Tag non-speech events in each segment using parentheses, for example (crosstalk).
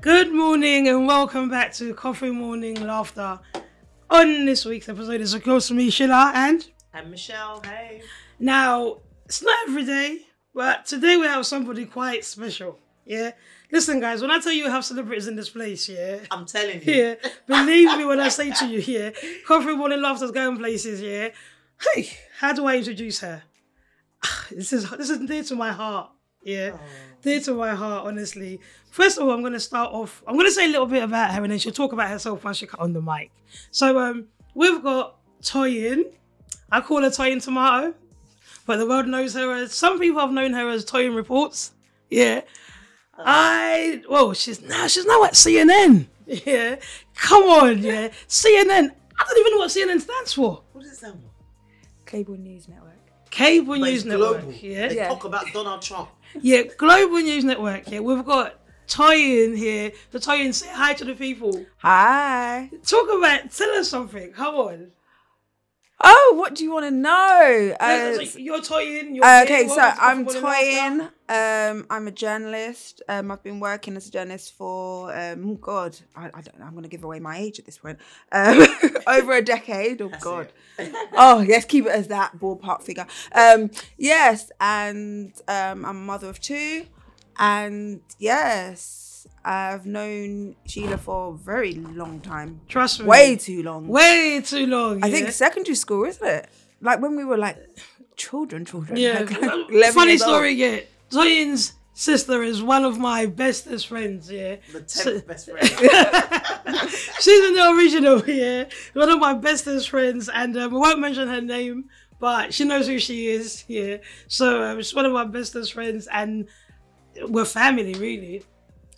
Good morning and welcome back to Coffee Morning Laughter. On this week's episode is of course me, Sheila, and And Michelle, hey. now it's not every day, but today we have somebody quite special. Yeah. Listen, guys, when I tell you we have celebrities in this place, yeah. I'm telling you. Yeah. Believe me when I say to you, yeah. Coffee Morning Laughter's going places, yeah. Hey, how do I introduce her? Ah, This is this is dear to my heart. Yeah. Dear to my heart, honestly. First of all, I'm gonna start off. I'm gonna say a little bit about her and then she'll talk about herself once she comes on the mic. So um we've got Toyin. I call her Toyin Tomato, but the world knows her as some people have known her as Toyin Reports. Yeah. I well, she's now she's now at CNN. Yeah, come on, yeah, CNN. I don't even know what CNN stands for. What does it sound like? Cable News Network. Cable But News it's Network. global. Yeah, They Yeah. talk about Donald Trump. yeah, Global News Network. Yeah, we've got Toyin here. The Toyin, say hi to the people. Hi. Talk about, tell us something. Come on, Oh, what do you want to know? Uh, Like, you're Toyin. You're uh, here. okay, so Welcome to I'm Coffee Morning Laughter. Toyin. Um, I'm a journalist. Um, I've been working as a journalist for um, God, I, I don't know. I'm going to give away my age at this point. Um, (laughs) over a decade. Oh That's God. it. oh yes keep it as that ballpark figure um yes and um i'm a mother of two and yes i've known sheila for a very long time Trust me. way too long way too long. i yeah. think secondary school isn't it like when we were like children children Yeah. like, (laughs) like 11 Funny years old. story, yeah. Toyin's sister is one of my bestest friends, yeah. The 10th (laughs) So- best friend. (laughs) She's in the original, yeah. One of my bestest friends, and um, I won't mention her name, but she knows who she is, yeah. So um, she's one of my bestest friends, and we're family, really.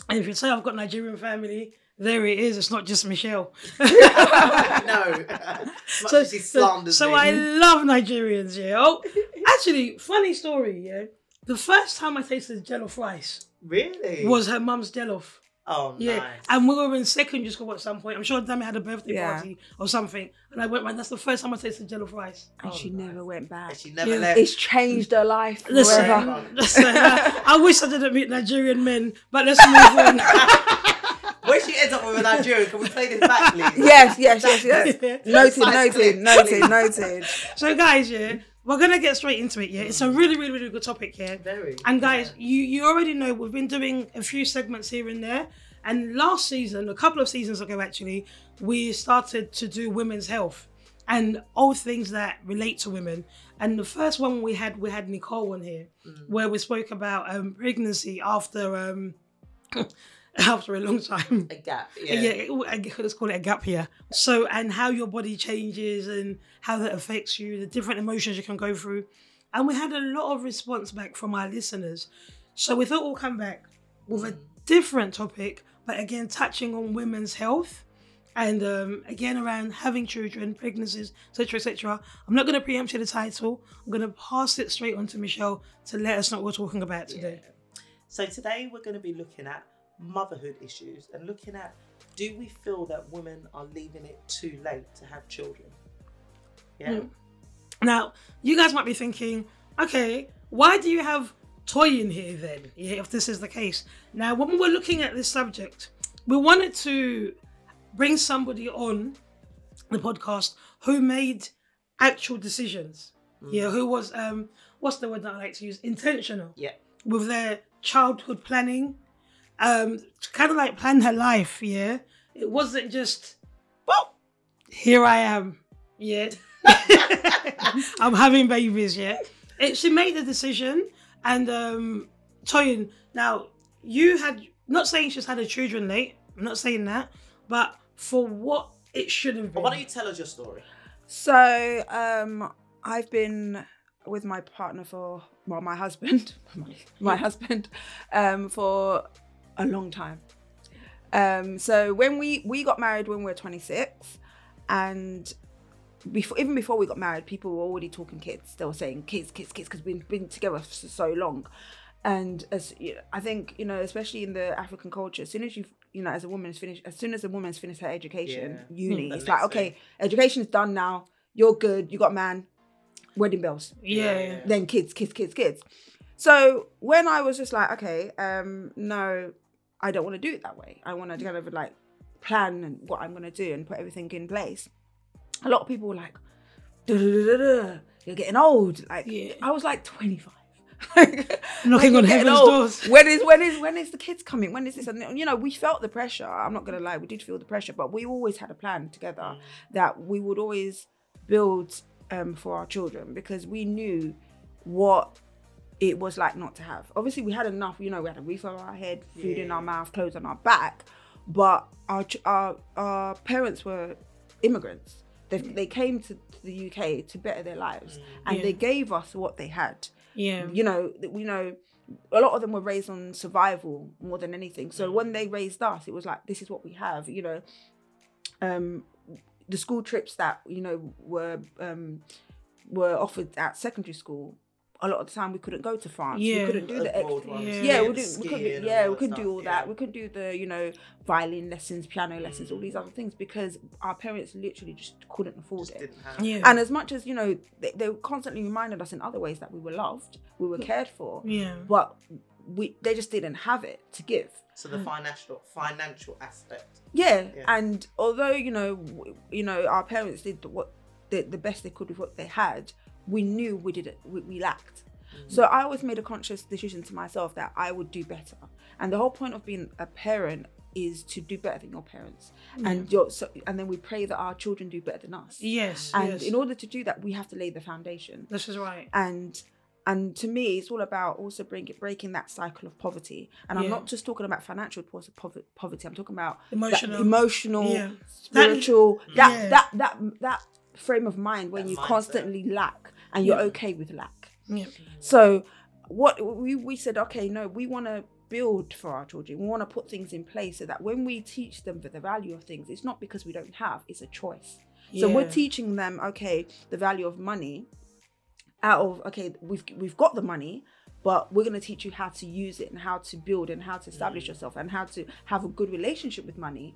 And if you say I've got Nigerian family, there it is. It's not just Michelle. no. As much as he slanders so me. I love Nigerians, yeah. Oh, actually, funny story, yeah. The first time I tasted jollof rice really? was her mum's jollof. oh, Yeah, nice. and we were in secondary school at some point. I'm sure Dami had a birthday Yeah. party or something, and I went round. That's the first time I tasted jollof rice. and she never went And back she never Yeah. left. it's changed her life Listen, forever. listen, (laughs) I, I wish I didn't meet Nigerian men, but let's move on. (laughs) When she ends up with a Nigerian, can we play this back, (laughs) please? yes yes (laughs) yes yes noted noted Exactly. noted noted so, guys, yeah, we're gonna get straight into it. Yeah, it's a really, really, really good topic here. Very. And guys, you you already know we've been doing a few segments here and there. And last season, a couple of seasons ago actually, we started to do women's health and all things that relate to women. And the first one we had we had Nicole on here, where we spoke about um, pregnancy after um, (laughs) after a long time. A gap. Yeah. Yeah, it- I g- let's call it a gap year. So, and how your body changes and how that affects you, the different emotions you can go through. And we had a lot of response back from our listeners. So, we thought we'll come back with a different topic, but again, touching on women's health and um, again around having children, pregnancies, etc. etc. I'm not going to preempt you the title, I'm going to pass it straight on to Michelle to let us know what we're talking about today. So today we're going to be looking at motherhood issues and looking at do we feel that women are leaving it too late to have children? Yeah. Mm. Now, you guys might be thinking, okay, why do you have toy in here then? Yeah, if this is the case. Now, when we were looking at this subject, we wanted to bring somebody on the podcast who made actual decisions. Yeah, who was um what's the word that I like to use? Intentional Yeah. with their childhood planning, um, to kind of like plan her life. Yeah, it wasn't just, well, here I am. Yeah, (laughs) I'm having babies. Yeah, it, she made the decision, and um, Toyin. Now you had not saying she's had her children late. I'm not saying that, but for what it should have But been. why don't you tell us your story? So um, I've been with my partner for well, my husband, (laughs) my, my husband, um, for a long time. Um, so when we we got married when we were 26, and before even before we got married, people were already talking kids. They were saying kids, kids, kids, because we've been together for so long. And as you know, I think you know, especially in the African culture, as soon as you you know, as a woman is finished, as soon as a woman's finished her education, Yeah. uni, The it's like next okay, thing. education is done now. You're good. You got man. Wedding bells. yeah, yeah. Then kids, kids, kids, kids. So when I was just like, okay, um, no, I don't want to do it that way. I want to kind of like plan and what I'm going to do and put everything in place. A lot of people were like, "Duh, duh, duh, duh, duh, you're getting old. Like Yeah. I was like 25. (laughs) Like, Knocking you're on getting heaven's old. doors. When is when is when is the kids coming? When is this? And you know, we felt the pressure. I'm not gonna lie, we did feel the pressure, but we always had a plan together Mm. that we would always build um, for our children because we knew what it was like not to have. Obviously, we had enough. You know, we had a roof over our head, food in Yeah. our mouth, clothes on our back, but our ch- our, our parents were immigrants. They, Mm. they came to to the UK to better their lives, and Yeah. they gave us what they had Yeah. you know that we know a lot of them were raised on survival more than anything so Mm. when they raised us it was like this is what we have you know um the school trips that you know were um were offered at secondary school a lot of the time we couldn't go to france we Yeah. couldn't do the Of ex- world ones, Yeah. yeah, we, the didn't, we skiing couldn't. and Yeah, we that couldn't stuff, do all yeah. that. We couldn't do the, you know, violin lessons, piano lessons, all Mm. these other things because our parents literally just couldn't afford Just it. didn't have Yeah. And as much as you know, they, they constantly reminded us in other ways that we were loved, we were cared for, yeah. but we they just didn't have it to give. So Mm. the financial financial aspect. Yeah, Yeah. and although you know, w- you know, our parents did what the, the best they could with what they had, we knew we did we, we lacked. Mm. So I always made a conscious decision to myself that I would do better. And the whole point of being a parent is to do better than your parents, and your so, and then we pray that our children do better than us. Mm. Yes. And yes. in order to do that, we have to lay the foundation this is right. and and to me it's all about also bring, breaking that cycle of poverty and i'm Yeah. not just talking about financial pos- pov- poverty i'm talking about that Emotional. emotional Yeah. That- spiritual that, Yeah. that that that frame of mind when That you mindset. constantly lack and you're Yeah. okay with lack Yeah. so what we, we said, okay, no, we want to build for our children. We want to put things in place so that when we teach them the, the value of things, it's not because we don't have, it's a choice. So we're Yeah. teaching them, okay, the value of money out of okay, we've we've got the money, but we're gonna teach you how to use it and how to build and how to Mm. establish yourself and how to have a good relationship with money.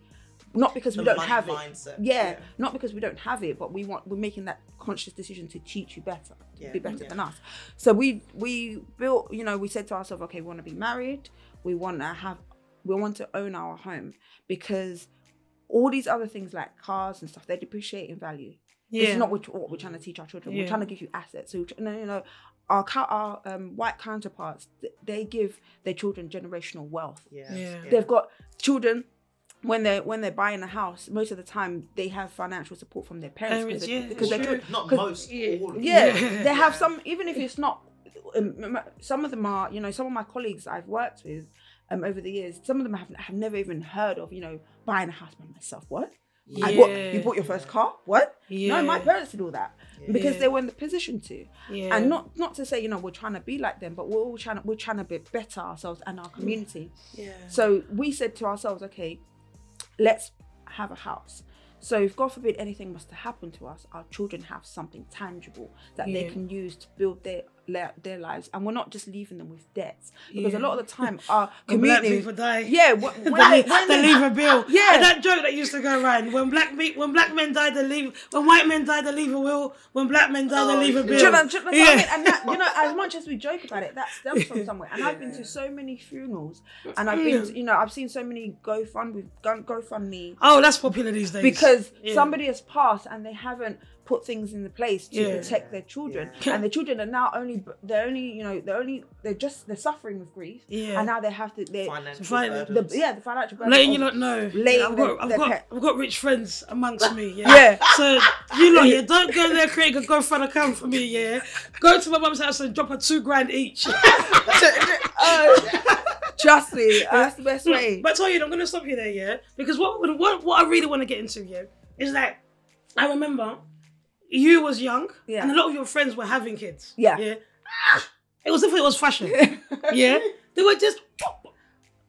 Not because we The don't money have mindset, it. Yeah, yeah. Not because we don't have it, but we want we're making that conscious decision to teach you better. to Yeah, Be better yeah. than us. So we we built, you know, we said to ourselves, okay, we want to be married, we want to have, we want to own our home because all these other things like cars and stuff they depreciate in value. Yeah. This is not what, what we're trying to teach our children. We're Yeah. trying to give you assets. So no, no, no. Our cou- our um, white counterparts, th- they give their children generational wealth. Yeah. Yeah. They've got children. When they're when they're buying a house, most of the time they have financial support from their parents, Parents, because, they- yeah, because it's they're true. chil- not 'cause- most. All of yeah, them. they have Yeah. (laughs) some even if it's not um, m- some of them are you know some of my colleagues i've worked with um, over the years some of them have, have never even heard of you know buying a house by myself what I bought, you Yeah. bought your first car what Yeah. no my parents did all that because Yeah. they were in the position to Yeah. and not not to say you know we're trying to be like them but we're all trying to we're trying to be better ourselves and Mm. our community Yeah. so we said to ourselves, okay, let's have a house. So if God forbid anything was to happen to us, our children have something tangible that they Yeah. can use to build their their, their lives, and we're not just leaving them with debts because a Yeah. lot of (laughs) the time our When black community, people die. (laughs) yeah, wh- when, They, when they leave (laughs) a bill. Yeah. And that joke that used to go around when black me, when black men die they leave when white men die they leave a will when black men die Oh, they leave a yeah. bill. Do you know, do you know what I mean? Yeah. And that, you know, as much as we joke about it, that stems from somewhere. And I've been to so many funerals, and I've been, to, you know, I've seen so many GoFund, GoFundMe (laughs) Oh, that's popular these days. because Yeah. somebody has passed and they haven't put things in the place to Yeah. protect their children Yeah. and the children are now only they're only you know they're only they're just they're suffering with grief Yeah. and now they have to they financial Fin- the, burdens. yeah the financial burden letting you of- lot know. laying Yeah, I've their- got I've their got pet. I've got rich friends amongst me. Yeah. Yeah. (laughs) So you lot, (laughs) yeah, don't go there creating a GoFundMe account for me. Yeah. Go to my mum's house and drop her two grand each. Oh, trust me that's the best way But I tell you, I'm gonna stop you there, yeah, because what what what I really want to get into, yeah, is that I remember you was young, Yeah. and a lot of your friends were having kids, Yeah. yeah. It was if it was (laughs) fashion, (laughs) yeah. They were just,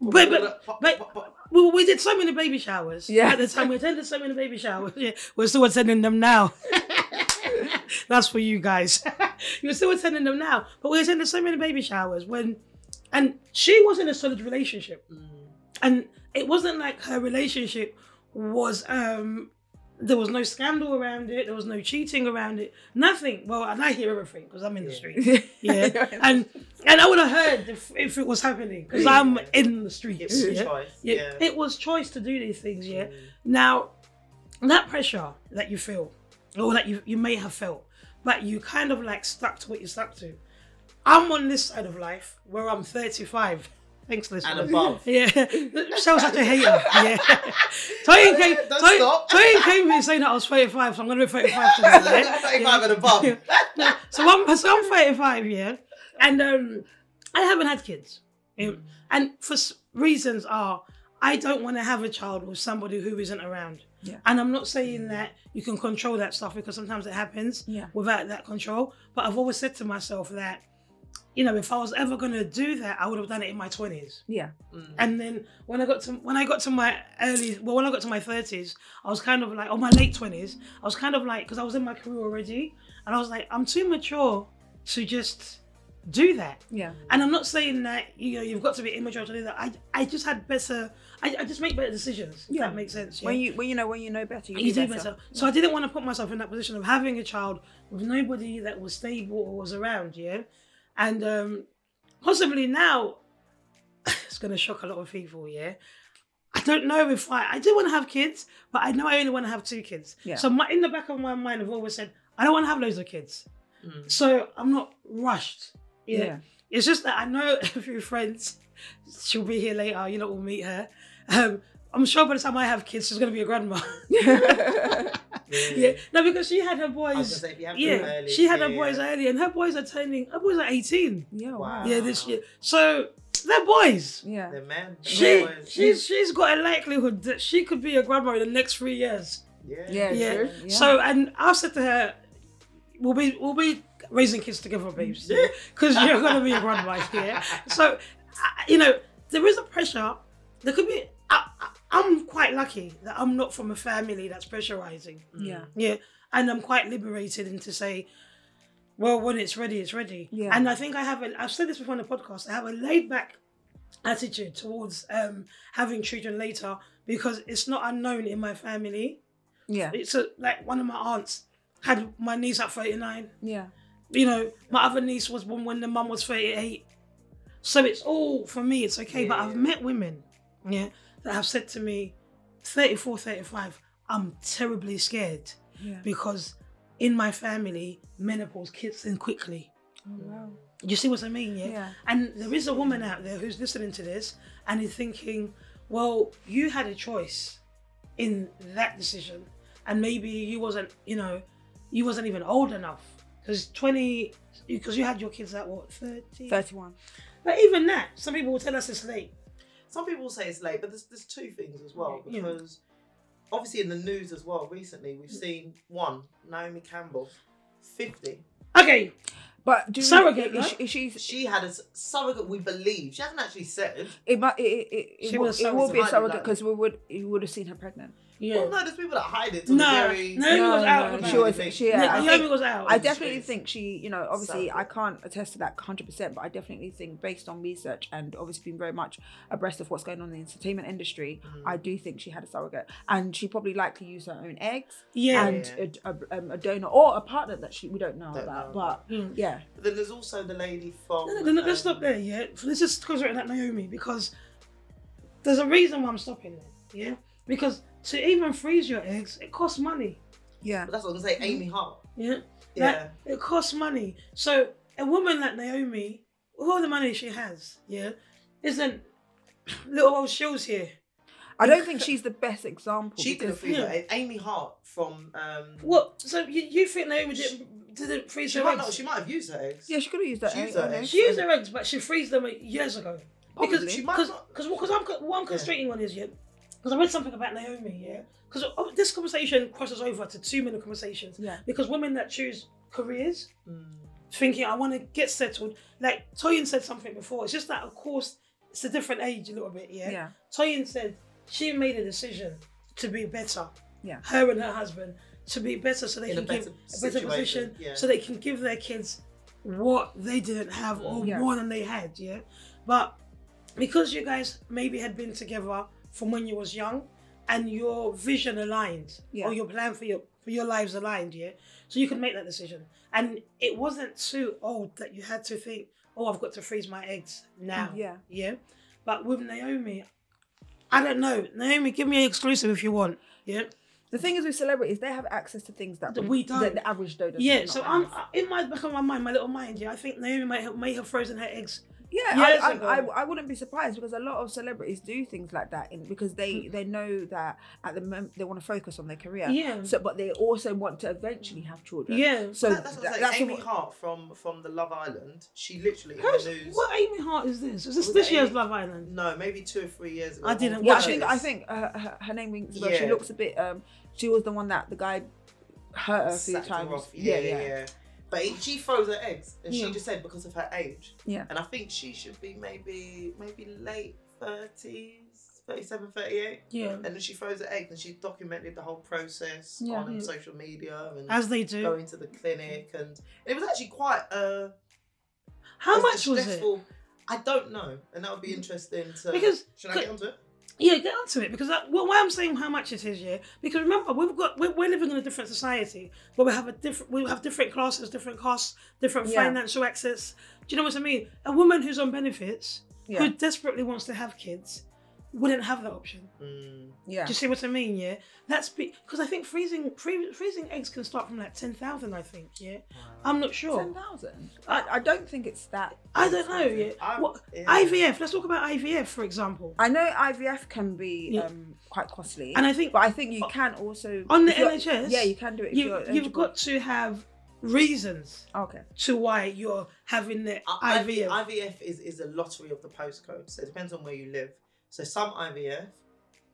but, but, but we, we did so many baby showers. Yeah. At the time, we attended so many baby showers. Yeah. We're still attending them now. (laughs) That's for you guys. (laughs) You're still attending them now, but we attended so many baby showers when, and she was in a solid Mm. relationship and it wasn't like her relationship was um There was no scandal around it. There was no cheating around it. Nothing. Well, and I hear everything because I'm in the Yeah. street. (laughs) Yeah, and and I would have heard if, if it was happening because I'm Yeah. in the It streets. was yeah? a choice. Yeah, Yeah. (laughs) It was choice to do these things. Yeah. Mm. Now, that pressure that you feel, or that you, you may have felt, but you kind of like stuck to what you stuck to. I'm on this side of life where I'm 35. (laughs) Thanks, listen. And above. (laughs) Yeah, Michelle's such a hater. (laughs) Yeah, Toyin came. Don't Toyin- stop. Toyin came to me saying that I was 35, so I'm gonna be 35 today. (laughs) yeah? Yeah. 35 and above. (laughs) No, so I'm so I'm 35, yeah, and um, I haven't had kids, yeah? and for s- reasons are I don't want to have a child with somebody who isn't around. Yeah. And I'm not saying that you can control that stuff because sometimes it happens Yeah. without that control. But I've always said to myself that, you know, if I was ever going to do that, I would have done it in my 20s. Yeah. Mm. And then when I got to when I got to my early well when I got to my thirties, I was kind of like or my late twenties, I was kind of like because I was in my career already, and I was like I'm too mature to just do that. Yeah. And I'm not saying that you know you've got to be immature to do that. I I just had better. I, I just make better decisions. Yeah, Yeah. that makes sense. Yeah? When you when you know when you know better, you, you do better. better. So I didn't want to put myself in that position of having a child with nobody that was stable or was around, yeah? And um, possibly now, (laughs) it's going to shock a lot of people, yeah? I don't know if I, I do want to have kids, but I know I only want to have two kids. Yeah. So my, in the back of my mind, I've always said, I don't want to have loads of kids. Mm. So I'm not rushed. Yeah. yeah. It's just that I know (laughs) a few friends. She'll be here later. You lot will meet her. Um, I'm sure by the time I have kids, she's going to be a grandma. (laughs) Yeah, no, because she had her I was boys. gonna say, if you have Yeah, them early, she had her yeah. boys early, and her boys are turning. Her boys are eighteen. yeah. Wow. Wow. Yeah, this Wow. year. So they're boys. Yeah. The man. the She boys. she's she's got a likelihood that she could be a grandma in the next three years. Yeah. Yeah. Yeah. True. yeah. So and I said to her, "We'll be we'll be raising kids together, babes, (laughs) because (laughs) you're gonna be a grandma here." So I- you know there is a pressure. There could be. I, I, I'm quite lucky that I'm not from a family that's pressurizing. yeah. Yeah. And I'm quite liberated in to say, well, when it's ready, it's ready. Yeah. And I think I have, a, I've said this before on the podcast, I have a laid back attitude towards um, having children later because it's not unknown in my family. Yeah. It's a, like one of my aunts had my niece at 39. Yeah. You know, my other niece was born when the mum was 38. So it's all, for me, it's okay. But I've Yeah. met women, yeah, that have said to me, 34, 35, I'm terribly scared Yeah. because in my family, menopause kicks in quickly. Oh, wow. You see what I mean, yeah? Yeah. And there is a woman out there who's listening to this and is thinking, well, you had a choice in that decision, and maybe you wasn't, you know, you wasn't even old enough because twenty, because you had your kids at what thirty? Thirty-one. But even that, some people will tell us it's late. Some people say it's late, but there's there's two things as well Yeah. because obviously in the news as well recently we've seen one Naomi Campbell, fifty. Okay, But do you Surrogate, is, right? is she? She had a s- surrogate. We believe she hasn't actually said. It might. It, it, it, She will, was it will be a surrogate. surrogate because we would you would have seen her pregnant. yeah, Well, Oh, no, there's people that hide it. till No, the very... no, Naomi was out and she about. was. She. Yeah, Nick, I, Naomi think, was out. I just- definitely think she. You know, obviously, I Surrogate. can't attest to that hundred percent, but I definitely think, based on research and obviously being very much abreast of what's going on in the entertainment industry, Mm-hmm. I do think she had a surrogate, and she probably likely used her own eggs yeah, and a, a, um, a donor or a partner that she we don't know Don't about, know but Mm. yeah, But then there's also the lady from. No, no, no, let's um, stop there, yeah. Let's just concentrate on that Naomi because there's a reason why I'm stopping there, yeah. Because to even freeze your eggs, it costs money, yeah, But that's what I'm Mm-hmm. gonna say. Amy Hart. yeah. Yeah. Like, it costs money. So a woman like Naomi, with all the money she has, yeah, isn't (coughs) little old shills here. I don't think she's the best example. she could have because, freed yeah. her. Amy Hart from. Um, What? So you, you think Naomi didn't, didn't freeze She her might eggs? not. She might have used her eggs. yeah, she could have used that. She used her egg, I don't egg. know. She used her eggs, but she frees them years ago. Probably. Because She might because not- because what I'm co- what I'm constrating on is yeah, because I read something about Naomi yeah, because this conversation crosses over to too many conversations yeah, because women that choose careers Mm. thinking I want to get settled like Toyin said something before it's just that of course it's a different age a little bit yeah, yeah, Toyin said she made a decision to be better Yeah. her and her husband to be better so they In a can give better, a better position situation. Yeah. so they can give their kids what they didn't have or Yeah. more than they had yeah but because you guys maybe had been together from when you was young and your vision aligned Yeah. or your plan for your for your lives aligned, yeah. So you could make that decision. And it wasn't too old that you had to think, oh, I've got to freeze my eggs now. Yeah. Yeah. But with Naomi, I don't know. Naomi, give me an exclusive if you want. Yeah. The thing is with celebrities, they have access to things that That we don't. that the average Joe doesn't. Yeah. not So like I'm uh, us. uh, in my back of my mind, my little mind, yeah, I think Naomi might have may have frozen her eggs. Yeah, Years I, ago. I, I, I wouldn't be surprised because a lot of celebrities do things like that in, because they Mm. they know that at the moment they want to focus on their career. Yeah. So, but they also want to eventually have children. Yeah. So That- that's what I'm that- saying. that's Amy what- Hart from from the Love Island. She literally in Who's- the news. What Amy Hart is this? Is this Was this it year's Amy? Love Island? No, maybe two or three years ago. I didn't Yeah, I watch think it. I think uh, her, her name rings a bell. She Yeah. looks a bit. Um, she was the one that the guy hurt her a few Sacked her times. off. Yeah, yeah, yeah. But it- she froze her eggs, and Yeah. she just said because of her age. Yeah. And I think she should be maybe maybe late thirties, 37, 38. Yeah. And then she froze her eggs, and she documented the whole process Yeah. on Yeah. social media and As they do. going to the clinic, and it was actually quite a How a much was it? stressful- I don't know, and that would be interesting to Because- should I get onto it? Yeah, get onto it because that, well, why I'm saying how much it is, yeah, because remember we've got we're, we're living in a different society where we have a different we have different classes, different costs, different Yeah. financial access. Do you know what I mean? A woman who's on benefits Yeah. who desperately wants to have kids wouldn't have that option. Mm, Yeah. Do you see what I mean? Yeah, that's because I think freezing free, freezing eggs can start from like ten thousand. I think. Yeah, I'm not sure. Ten thousand. I, I don't think it's that. I don't know. Yeah, I'm- what, yeah. IVF. Let's talk about IVF for example. I know IVF can be Yeah. um, quite costly, And I think but I think you can also Oh, on the if you're- NHS, Yeah, you can do it. If you, you, are you've got to have reasons Okay. to why you're having the I- IVF. IVF is, is a lottery of the postcode, so it depends on where you live. So some IVF,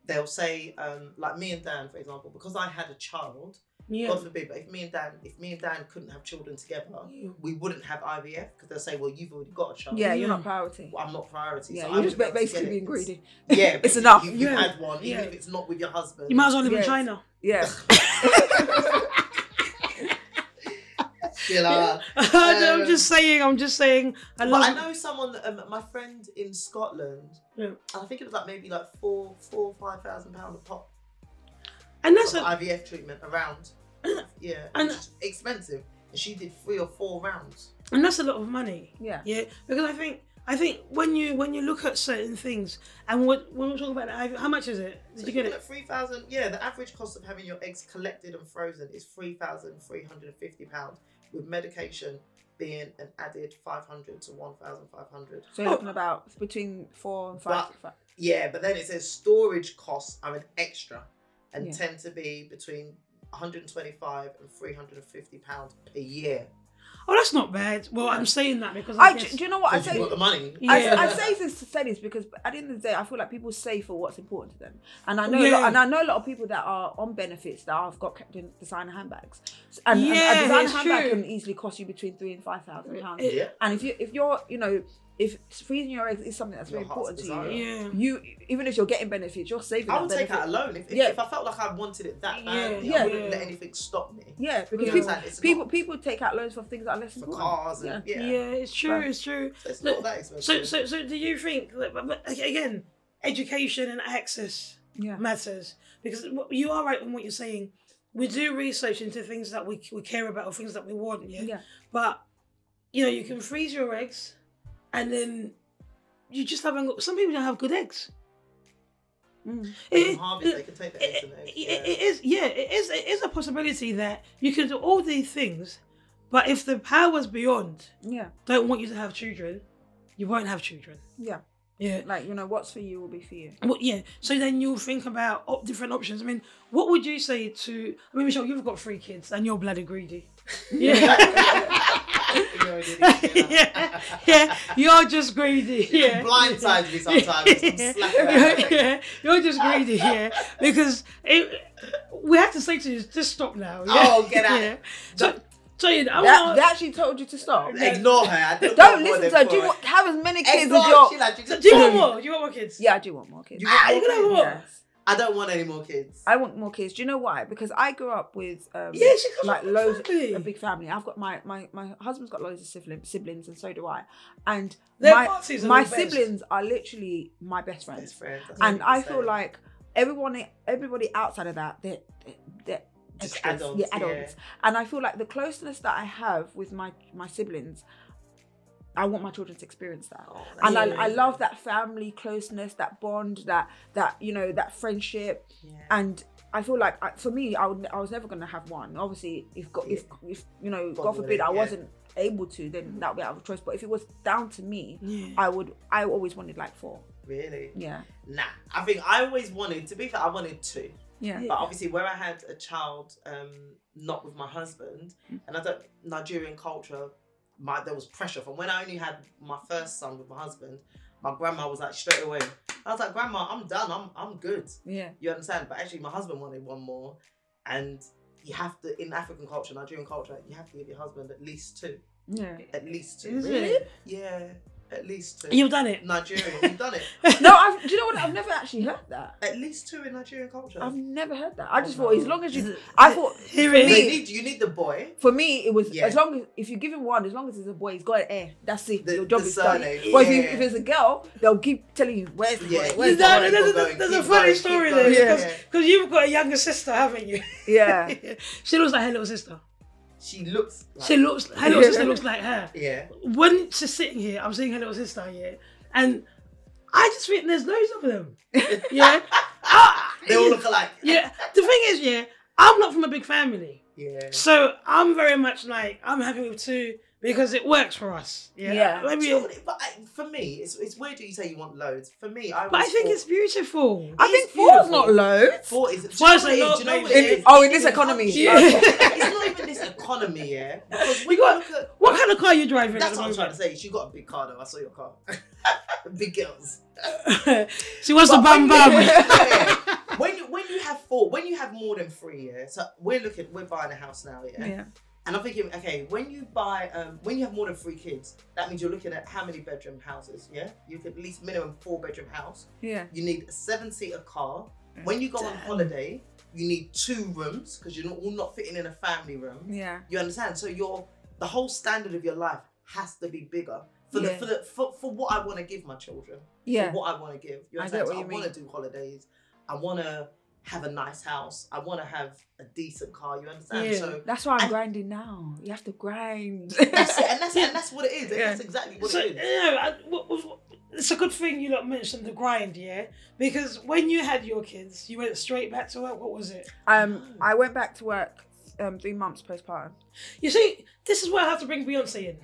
they'll say, um, like me and Dan, for example, because I had a child, yeah. God forbid, but if me and Dan, if me and Dan couldn't have children together, we wouldn't have IVF because they'll say, well, you've already got a child. Yeah, you're Yeah. not priority. Well, I'm not priority. Yeah, so I you're just wouldn't be able to basically get it. being greedy. (laughs) Yeah, It's basically, enough. You, you Yeah. had one, even Yeah. if it's not with your husband. You might as well live Yes. in China. (laughs) Yeah. Still are. Um, I'm just saying. I'm just saying. I But love. I know someone that um, my friend in Scotland. Yeah. I think it was like maybe like four, four, five thousand pounds a pop and that's for a, IVF treatment around. yeah, (coughs) And- and it's expensive. And she did three or four rounds. and that's a lot of money. Yeah. Yeah, because I think I think when you when you look at certain things and what when we talk about the IVF, how much is it? Did you get it? Three thousand. Yeah, the average cost of having your eggs collected and frozen is three thousand three hundred and fifty pounds, with medication being an added five hundred to one thousand five hundred. So Oh. you're looking about between four and five. five- Yeah, but then it says storage costs are an extra and Yeah. tend to be between 125 and 350 pounds per year. Oh, that's not bad. Well, I'm saying that because I, I, do, guess- do you know what I Because say? you've got the money. I- Yeah. I, I say this to say this because at the end of the day, I feel like people say for what's important to them, and I know, a Yeah. lot, and I know a lot of people that are on benefits that have got kept in designer handbags, and, and Yeah, a designer it's handbag true. can easily cost you between three and five thousand pounds. It- yeah. And if you, if you're, you know, if freezing your eggs is something that's very Your heart's important to you, desire. yeah. you even if you're getting benefits, you're saving. I that would take benefit. out a loan if, if, Yeah. if I felt like I wanted it that Yeah, badly. yeah. I wouldn't let Yeah. anything stop me. Yeah, because You people, understand? It's people not people take out loans for things that are less for important. cars and yeah, yeah, It's true. It's true. So it's Look, not that So, expensive. so, so, do you think that but- but again, education and access Yeah. matters because wh- you are right in what you're saying. We do research into things that we, we care about or things that we want, yeah? Yeah. But you know, you can freeze your eggs, and then you just haven't. Got, some people don't have good eggs. Mm. They It- can harvest, they can take the eggs it, and eh, the eggs, it- yeah. it is yeah it is it is a possibility that you can do all these things but if the powers beyond Yeah. don't want you to have children you won't have children Yeah. yeah Like, you know, what's for you will be for you. well, yeah so then you'll think about op- different options i mean what would you say to i mean michelle you've got three kids and you're bloody (laughs) greedy eh, (laughs) Yeah, yeah, (laughs) yeah. (laughs) yeah yeah you're just greedy yeah Blindsides me sometimes. (laughs) I'm slapping. yeah, you're just greedy, yeah. Because it, we have to say to you, just stop now. Yeah? Oh, get out. Yeah. So, so you know, I'm That, not- they actually told you to stop. Ignore her. I (laughs) don't, Don't want more listen to than her. Do you four. want, have as many kids Ignore as her, your. she like, you just- do you want more? Do you want more kids? Yeah, I do want more kids. You Ah, want you can have more. Yes. I don't want any more kids. I want more kids. Do you know why? Because I grew up with um, Yeah, she comes like from a loads family. a big family. I've got my my my husband's got loads of siblings, siblings, and so do I. And Their my parties are my the best. siblings are literally my best friends. Best friend, that's what and people I say. feel like everyone, everybody outside of that, they're, they're Just extras, adults, yeah, adults. And I feel like the closeness that I have with my my siblings, I want my children to experience that. Oh, that's And I, really I good. love that family closeness, that bond, that that you know, that friendship Yeah. and I feel like I, for me, I, would, I was never gonna have one. Obviously, if God, if, if you know, God God, willing, forbid, I yeah. wasn't able to, then that would be out of choice. But if it was down to me, Yeah. I would. I always wanted like four. Really? Yeah. Nah. I think I always wanted, to be fair, I wanted two. Yeah. But obviously, where I had a child, um, not with my husband, Mm. and I don't Nigerian culture, my there was pressure from when I only had my first son with my husband. My grandma was like straight away. I was like, Grandma, I'm done. I'm I'm good. Yeah. You understand? But actually, my husband wanted one more, and you have to in African culture, Nigerian culture, you have to give your husband at least two, Yeah. at least two. Is Really? it? Yeah, at least two. You've done it. Nigerian, you've done it. (laughs) No, I've, do you know what? I've never actually heard that. At least two in Nigerian culture. I've never heard that. I just Oh, thought no. as long as you, I thought Here for it They is. me, need you need the boy. for me, it was Yeah. as long as if you give him one, as long as it's a boy, he's got an heir. That's it. The, Your job the is done. surname. But if, you, Yeah. if it's a girl, they'll keep telling you where's the Yeah, boy. There's, Where's the that- boy? going, there's, keep there's, there's a going, funny keep story going, there because yeah. you've got a younger sister, haven't (laughs) you? Yeah. she looks like her little sister. She looks. Like, She looks. Her little sister looks like her. Yeah. When she's sitting here, I'm seeing her little sister here, and I just think there's loads of (laughs) them. Yeah. Ah, They all look alike. yeah. The thing is, yeah, I'm not from a big family. Yeah. So I'm very much like I'm happy with two because it works for us. Yeah. Yeah. Do Maybe- you know what it- but I- for me, it's, it's weird that you say you want loads. For me, I. but I always think thought it's beautiful. I It think is four's beautiful. not loads. four is. Do Four you is know what it a is? lot, Do you know what baby. it is? Oh, in this It's economy. Yeah. it's not even this economy, yeah. Because when You you got- look at What kind of car are you driving? that's at what I'm the (laughs) trying to say. She got a big car though. I saw your car. (laughs) big girls. moment? she wants to But bam when bam. you- (laughs) Yeah. when you when you have four, when you have more than three, yeah. So we're looking, we're buying a house now, yeah. And I'm thinking, okay, when you buy, um, when you have more than three kids, that means you're looking at how many bedroom houses, yeah? You could at least minimum four bedroom house. Yeah. You need a seven seater car. Mm, When you go on Damn. holiday, you need two rooms because you're not, all not fitting in a family room. Yeah. You understand? So your the whole standard of your life has to be bigger for the Yeah. for the for, for what I want to give my children Yeah. for what I want to give. You I understand? get So I what you want to do holidays. I want to have a nice house. I want to have a decent car. You understand? Yeah. So That's why And- I'm grinding now. You have to grind. (laughs) that's it, and that's it, and that's what it is. and Yeah. That's exactly what So, eh, it is. yeah, I- w- w- it's a good thing you lot mentioned the grind, yeah? Because when you had your kids, you went straight back to work. What was it? (laughs) um, I went back to work um three months postpartum. You see, this is where I have to bring Beyonce in.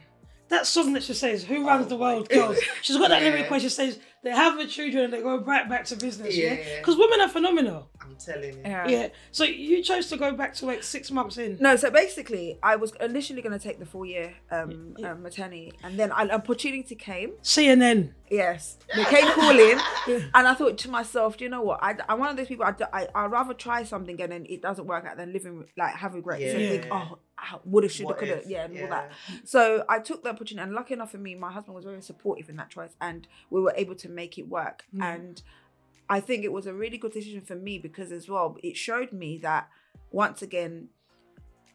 That song that she says, Who Runs Oh the my World, Girls? She's got that Yeah. lyric where she says, They have the children and they go right back to business, yeah? Yeah. Because women are phenomenal. I'm telling you. Yeah. Yeah. So you chose to go back to work six months in. No, so basically, I was initially going to take the full year um, um, maternity, and then an opportunity came. CNN. Yes, they came calling, (laughs) and I thought to myself, do you know what? I, I'm one of those people. I, d- I would rather try something and then it doesn't work out than living like have regrets and Yeah. think, oh, would have, should have, What could have, if? yeah, and all that. So I took the opportunity, and lucky enough for me, my husband was very supportive in that choice, and we were able to make it work. Mm. And I think it was a really good decision for me because, as well, it showed me that once again,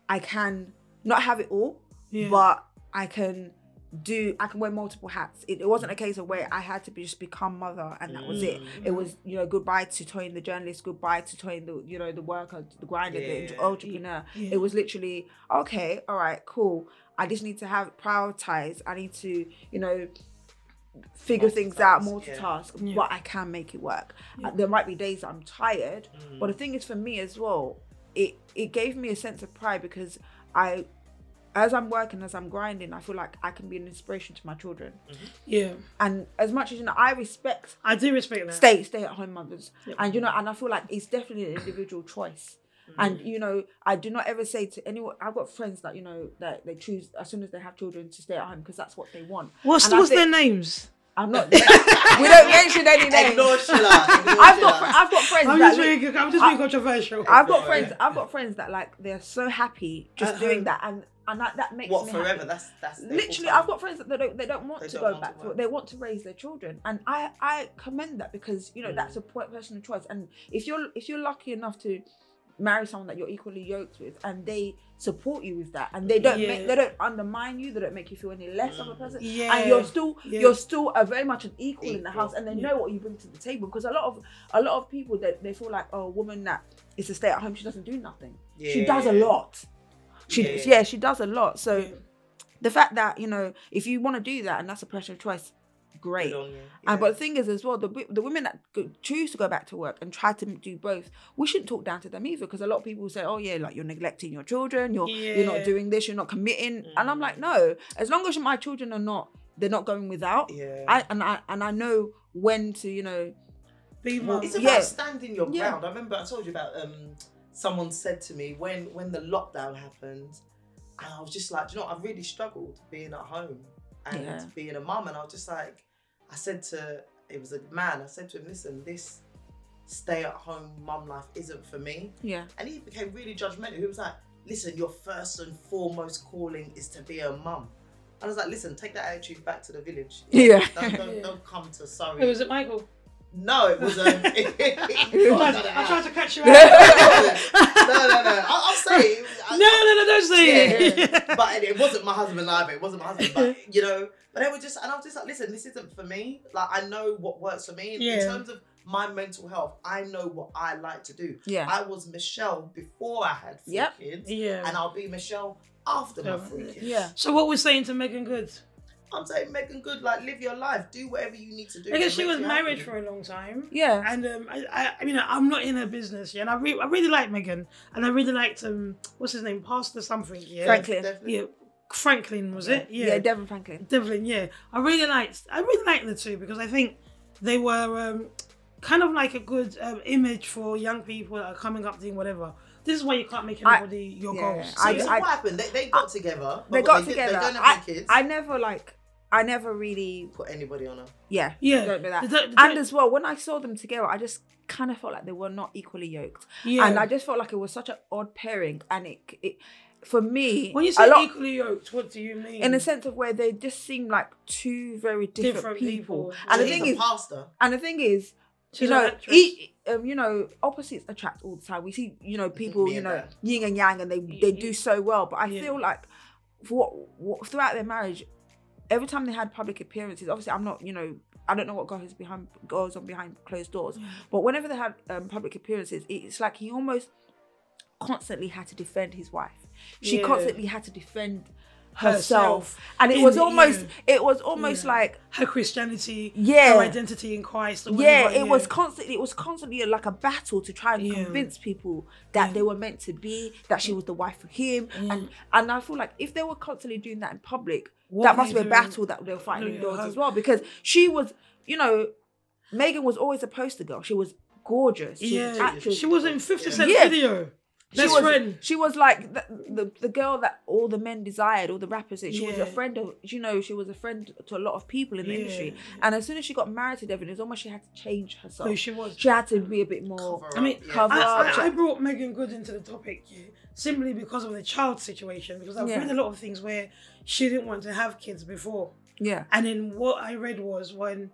I can not have it all, Yeah. but I can do. I can wear multiple hats. It, it wasn't a case of where I had to be, just become mother, and that was it. Mm. Mm. It was, you know, goodbye to toying the journalist, goodbye to toying the, you know, the worker, the grinder, Yeah. the entrepreneur. Yeah. It was literally, okay, all right, cool. I just need to have prioritize. I need to, you know, figure things out, Multitask, yeah. multitask, Yeah. but I can make it work. Yeah. Uh, There might be days I'm tired, Mm. but the thing is for me as well, it it gave me a sense of pride because I as I'm working, as I'm grinding, I feel like I can be an inspiration to my children. Mm. yeah. And as much as you know, I respect I do respect that. stay stay at home mothers Yeah. Mm. and you know and i feel like it's definitely an individual choice and you know i do not ever say to anyone i've got friends that you know that they choose as soon as they have children to stay at home because that's what they want What's, And I what's think- their names? i'm not (laughs) we Mm. don't mention any names Ignore Sheila. Ignore (laughs) i've got Sheila. i've got friends I'm that just being, I'm just being controversial. i've got No, friends yeah. i've got friends that like they're so happy just At doing home. that and and that, that makes What me forever? happy. That's that's their literally full-time. i've got friends that they don't they don't want They to don't go want to back to work. it. they want to raise their children and i Mm. i commend that because you know that's a po- personal choice and if you're if you're lucky enough to marry someone that you're equally yoked with and they support you with that and they don't Yeah. make, they don't undermine you they don't make you feel any less of a person Yeah. and you're still Yeah. you're still a very much an equal, in the Mm. Equal. house and they Yeah. know what you bring to the table because a lot of a lot of people that they, feel like oh a woman that is a stay at home she doesn't do nothing she Yeah. does a lot she Yeah. yeah, she does a lot so Yeah. the fact that you know if you want to do that and that's a pressure of choice great Good on you. and, but the thing is, as well, the, w- the women that go, choose to go back to work and try to do both, we shouldn't talk down to them either because a lot of people say, oh, yeah, like you're neglecting your children, you're, you're Yeah. not doing this, you're not committing. And I'm Mm. like, no, as long as my children are not, they're not going without. yeah. I, and I and I know when to, you know, Be Well, mum. It's about Yeah. standing your Yeah. ground. I remember I told you about um, someone said to me when when the lockdown happened, and I was just like, Do you know, what? I really struggled being at home and Yeah. being a mum, and I was just like, I said to it was a man. I said to him, Listen, this stay at home mum life isn't for me, yeah, and he became really judgmental. He was like, Listen, your first and foremost calling is to be a mum. I was like, listen, take that attitude back to the village. Yeah. Don't, don't, Yeah. don't come to Surrey. Who was it, Michael? Oh, No, it was. Um, (laughs) I (laughs) no, tried, no, no. I tried to (laughs) catch you out. No, no, no. I'll, I'll say. It. no, no, no, don't say Yeah, it. But it, it wasn't my husband either. It wasn't my husband. But you know, but they were just, and I was just like, listen, this isn't for me. Like I know what works for me in Yeah. terms of my mental health. I know what I like to do. yeah, I was Michelle before I had three Yep. (laughs) kids, yeah. and I'll be Michelle after my Um, three kids. yeah. So what we're saying to Megan Good? I'm saying, Megan, good. Like live your life. Do whatever you need to do. Because that she makes was you married happy. for a long time. Yeah. And um, I, I, I mean, I'm not in her business, yeah. And I, re- I really like Megan, and I really liked um, what's his name, Pastor something, yeah. Franklin. Definitely. Yeah, Franklin was it? Yeah, Devon Franklin. Devlin, yeah. I really liked I really liked the two because I think they were um, kind of like a good um, image for young people that are coming up doing whatever. This is why you can't make I- anybody your yeah, goals. So I- so I- what happened? They, they got together. but They what got Did, together. they don't have any kids. I never like, I never really, put anybody on her. yeah, yeah. don't do that. They don't- they and don't- as well, when I saw them together, I just kind of felt like they were not equally yoked. yeah. and I just felt like it was such an odd pairing, and it, it for me, when you a say lot, equally yoked, what do you mean? in a sense of where they just seem like two very different, Different people. people. and So the he's thing a is, pastor. and the thing is, She's you an know, actress. e- um, you know, opposites attract all the time. We see, you know, people, me you and know, that. yin and yang, and they they do so well. But I Yeah. feel like what, what throughout their marriage, every time they had public appearances, obviously I'm not, you know, I don't know what goes behind goes on behind closed doors, but whenever they had um, public appearances, it's like he almost constantly had to defend his wife. She Yeah. constantly had to defend herself, Herself. and it In was the- almost, it was almost Yeah. like her Christianity, Yeah. her identity in Christ. or yeah, whatever, it was constantly it was constantly like a battle to try and Yeah. convince people that they were meant to be, that she was the wife of him, and and I feel like if they were constantly doing that in public, What that were must they be a doing? battle that they were fighting Yeah, indoors how- as well because she was, you know, Megan was always a poster girl. She was gorgeous. She was an yeah. actress. She was in Fifty Cent Yeah. video. She Best was, friend. she was like the, the the girl that all the men desired, all the rappers. She was Yeah. a friend of, you know, she was a friend to a lot of people in the Yeah. industry. And as soon as she got married to Devin, it was almost she had to change herself Who she was. she had to be a bit more. Cover I mean, up, yeah. cover I, up. I- I brought Megan Good into the topic yeah, simply because of the child situation. Because I've Yeah. read a lot of things where she didn't want to have kids before, Yeah, and then what I read was when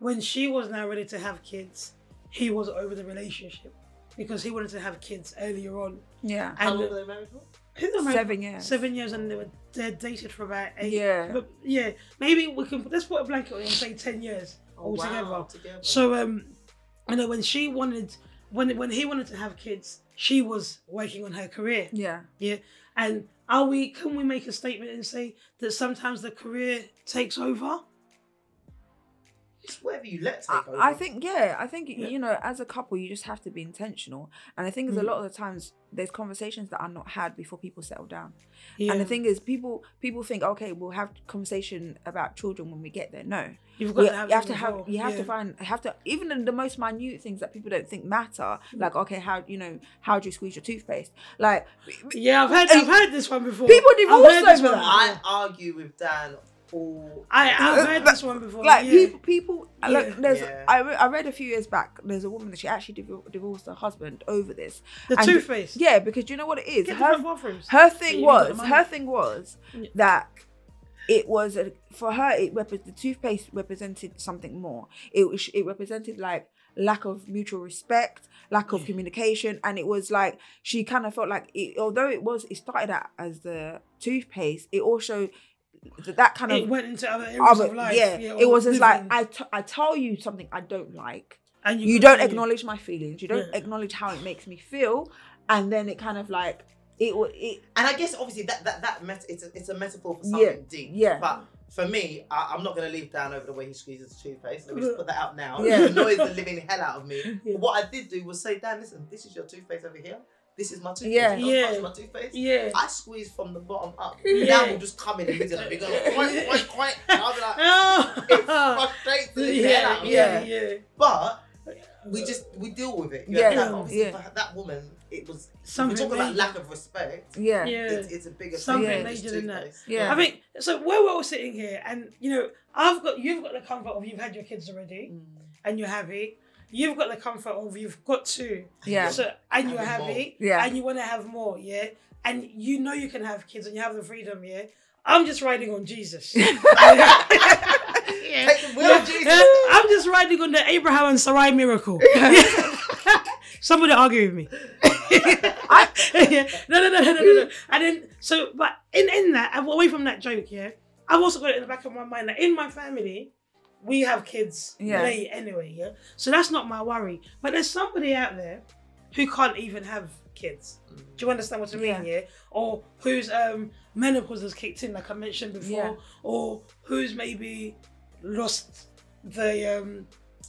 when she was now ready to have kids, he was over the relationship because he wanted to have kids earlier on. yeah, How long And were they married for? who am I- Seven years. Seven years, and they were they dated for about eight. Yeah. but yeah, maybe we can let's put a blanket on it and say ten years Oh, altogether. Oh, Wow, together. So um, you know when she wanted when when he wanted to have kids, she was working on her career. yeah, Yeah, and are we? Can we make a statement and say that sometimes the career takes over? whatever you let take I, over. I think yeah, I think Yeah. Mm. you know, as a couple, you just have to be intentional. And the thing is, a lot of the times, there's conversations that are not had before people settle down. Yeah, And the thing is, people people think, okay, we'll have conversation about children when we get there. No, you've got We- to have. you have to them have before. you have yeah. to find have to even in the most minute things that people don't think matter, Mm. like okay, how you know how do you squeeze your toothpaste? Like Yeah, I've heard. I've heard this one before. People I've heard divorce this one over that. before. I argue with Dan all. I, I've heard this one before. like yeah. people, people Yeah. like there's Yeah. I, re- I read a few years back there's a woman that she actually divor- divorced her husband over this the and- toothpaste. yeah because you know what it is Get her, different bathrooms. her But thing you got the was money. her thing was Yeah. that it was a, for her it rep- the toothpaste represented something more it was it represented like lack of mutual respect, lack of communication, and it was like she kind of felt like it, although it was it started out as the toothpaste, it also th- that kind It of went into other areas other- of life. yeah, or it was just like living. I, t- I tell you something I don't like, and you don't continue. acknowledge my feelings, you don't Yeah. acknowledge how it makes me feel, and then it kind of like it wa- it And I guess obviously that that that met, it's a, it's a metaphor for Yeah, something deep. yeah. But for me, I, I'm not gonna leave down over the way he squeezes the toothpaste. Let me just put that out now. Yeah. It annoys (laughs) the living hell out of me. Yeah. What I did do was say, Dan, listen, this is your toothpaste over here. This is my toothpaste. Yeah. Don't Yeah. touch my toothpaste. (laughs) Yeah. (laughs) I squeeze from the bottom up. Yeah. Now we'll just come in and middle and be (laughs) going quite, quite, quite. And I'll be like, it Oh. frustrates the living hell yeah, out of me. yeah, yeah. But we just we deal with it. You Yeah, know, that, obviously yeah. for that woman, it was. Something Something we talk about major. lack of respect. yeah yeah. Yeah. It's, it's a bigger Something thing. than major just than that. toothpaste. Yeah. I think so. Where we're all sitting here, and you know, I've got you've got the comfort of you've had your kids already, Mm. and you're happy. You've got the comfort of you've got two, (laughs) (laughs) Yeah. so and you're Having happy, more. Yeah. and you want to have more, yeah, and you know you can have kids and you have the freedom, yeah. I'm just riding on (laughs) Jesus. Yeah. Take the will of Yeah, Jesus. (laughs) I'm just riding on the Abraham and Sarai (laughs) miracle. (laughs) Somebody argue with me. (laughs) (laughs) Yeah. No, no, no, no, no, no. And then, so, but in, in that, and away from that joke, yeah, I've also got it in the back of my mind that in my family, we have kids Yeah. late anyway, yeah? So that's not my worry. But there's somebody out there who can't even have kids. Do you understand what I mean? Yeah. Yeah. Or whose um, menopause has kicked in, like I mentioned before, Yeah. or who's maybe lost the um,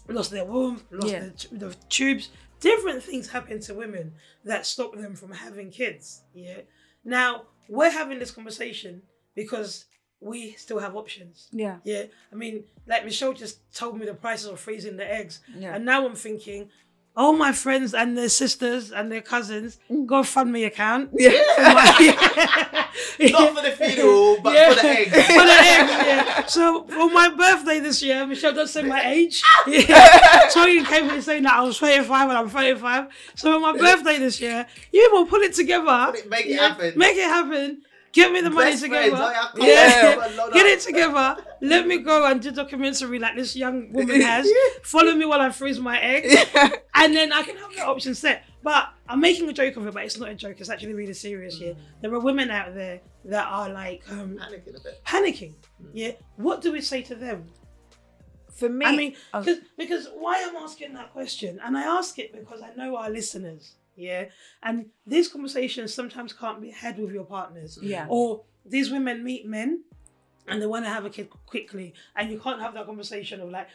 lost their womb, lost Yeah. their t- the tubes. Different things happen to women that stop them from having kids. Yeah. Now we're having this conversation because we still have options. (laughs) Yeah, Yeah. I mean, like Michelle just told me the prices of freezing the eggs. yeah, And now I'm thinking, all my friends and their sisters and their cousins, Mm. go fund me account. (laughs) (laughs) Not for the funeral, but Yeah. for the eggs. (laughs) For the eggs, yeah. So for my birthday this year, Michelle does say my (laughs) age. Yeah. So you came in saying that I was 35 and I'm 35. So on my birthday this year, you will put it together. Put it- make it happen. Make it happen. Get me the money Best together. friends, I have come yeah. over and load Get up. it together. Let me go and do documentary like this young woman (laughs) has. Follow me while I freeze my eggs (laughs) and then I can have that option set. But I'm making a joke of it, but it's not a joke. It's actually really serious. Yeah, Mm. there are women out there that are like um, (laughs) Panicking a bit. panicking. Mm. Yeah, what do we say to them? For me, I mean, Oh. 'cause- because why I'm asking that question, and I ask it because I know our listeners. Yeah, and these conversations sometimes can't be had with your partners. yeah, Or these women meet men and they want to have a kid quickly, and you can't have that conversation of like,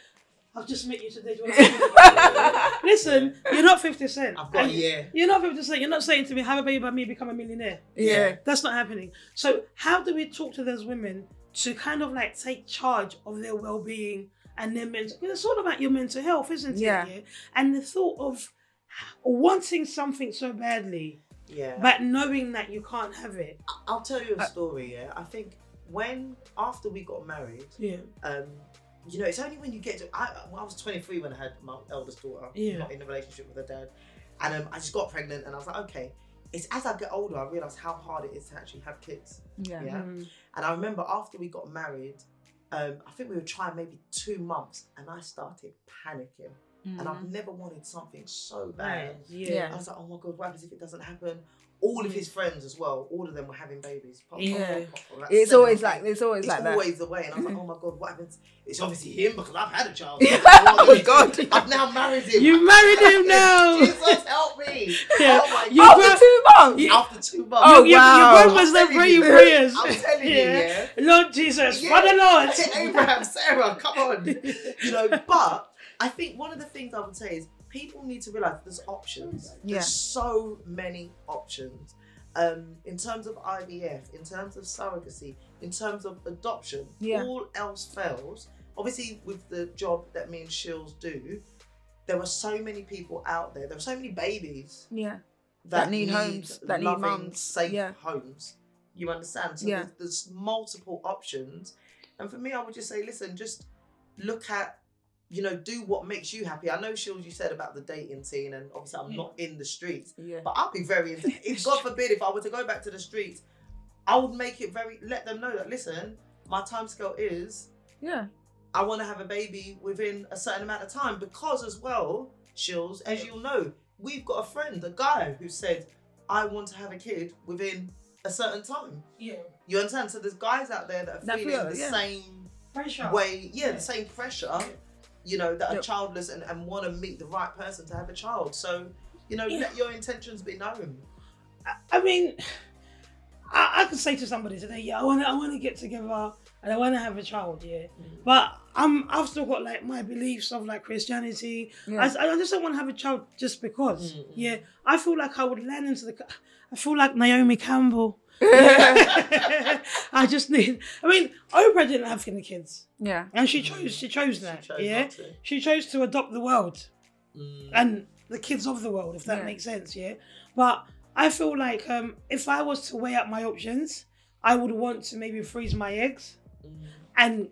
I've just met you today. Do you wanna- (laughs) Listen, you're not 50 Cent. I've got a And year. You're not 50 Cent. You're not saying to me, have a baby by me, become a millionaire. yeah, That's not happening. So, how do we talk to those women to kind of like take charge of their well being and their mental? Because it's all about your mental health, isn't it? Yeah. And the thought of wanting something so badly, Yeah. but knowing that you can't have it. I'll tell you a story, yeah. I think when, after we got married, Yeah. um, you know, it's only when you get to. I, well, I was 23 when I had my eldest daughter, Yeah. not in a relationship with her dad. And um, I just got pregnant and I was like, okay. It's as I get older, I realised how hard it is to actually have kids. yeah, Yeah. Mm. And I remember after we got married, um, I think we were trying maybe two months and I started panicking. And Mm. I've Mm-hmm. never wanted something so bad. Yeah. I was like, oh my god, what happens if it doesn't happen? All of his friends as well, all of them were having babies. Pop, pop, Mm. Yeah. pop, pop, pop, like It's seven always of them. like it's always it's like that. always the way, and I was like, oh my god, what happens? It's obviously him because I've had a child. oh my god. I've now married him. You married (laughs) him now. Jesus, help me! Yeah. Oh my You god! After two months. After two months. Oh, you, wow. you, you must I'm not pray telling you. your prayers. I'm (laughs) telling you, yeah. Lord Jesus, Yeah. Father Lord. (laughs) (laughs) Abraham, Sarah, come on. You know, but I think one of the things I would say is people need to realize there's options. Yeah. There's so many options. Um, in terms of IVF, in terms of surrogacy, in terms of adoption, Yeah. all else fails. Obviously, with the job that me and Shills do, there were so many people out there. There were so many babies Yeah. That need homes, that need loving, mums, safe yeah. homes. You understand? So Yeah. there's, there's multiple options, and for me, I would just say, listen, just look at, you know, do what makes you happy. I know, Shields, you said about the dating scene, and obviously, I'm Mm. Yeah. not in the streets, Yeah. but I'll be very. Into, (laughs) if God forbid, if I were to go back to the streets, I would make it very. Let them know that listen, my time scale is Yeah. I want to have a baby within a certain amount of time because as well Shills, as you'll know, we've got a friend, a guy who said, I want to have a kid within a certain time. Yeah. You understand? So there's guys out there that are That feeling feel- the yeah. same Pressure. way, yeah, the same pressure, you know, that are Yep. childless and, and want to meet the right person to have a child. So, you know, Yeah. let your intentions be known. I, I mean, I, I could say to somebody today, yeah, I want to, I want to get together and I want to have a child, yeah. Mm. But I'm, I've still got like my beliefs of like Christianity. Yeah. I, I just don't want to have a child just because, Mm. yeah. I feel like I would land into the, c- I feel like Naomi (laughs) Campbell. (laughs) I just need. I mean, Oprah didn't have any kids, (laughs) yeah. and she chose. She chose that. Mm. She chose yeah, not to. she chose to adopt the world Mm. and the kids of the world, if that Yeah. makes sense, yeah. But I feel like um, if I was to weigh up my options, I would want to maybe freeze my eggs Mm. and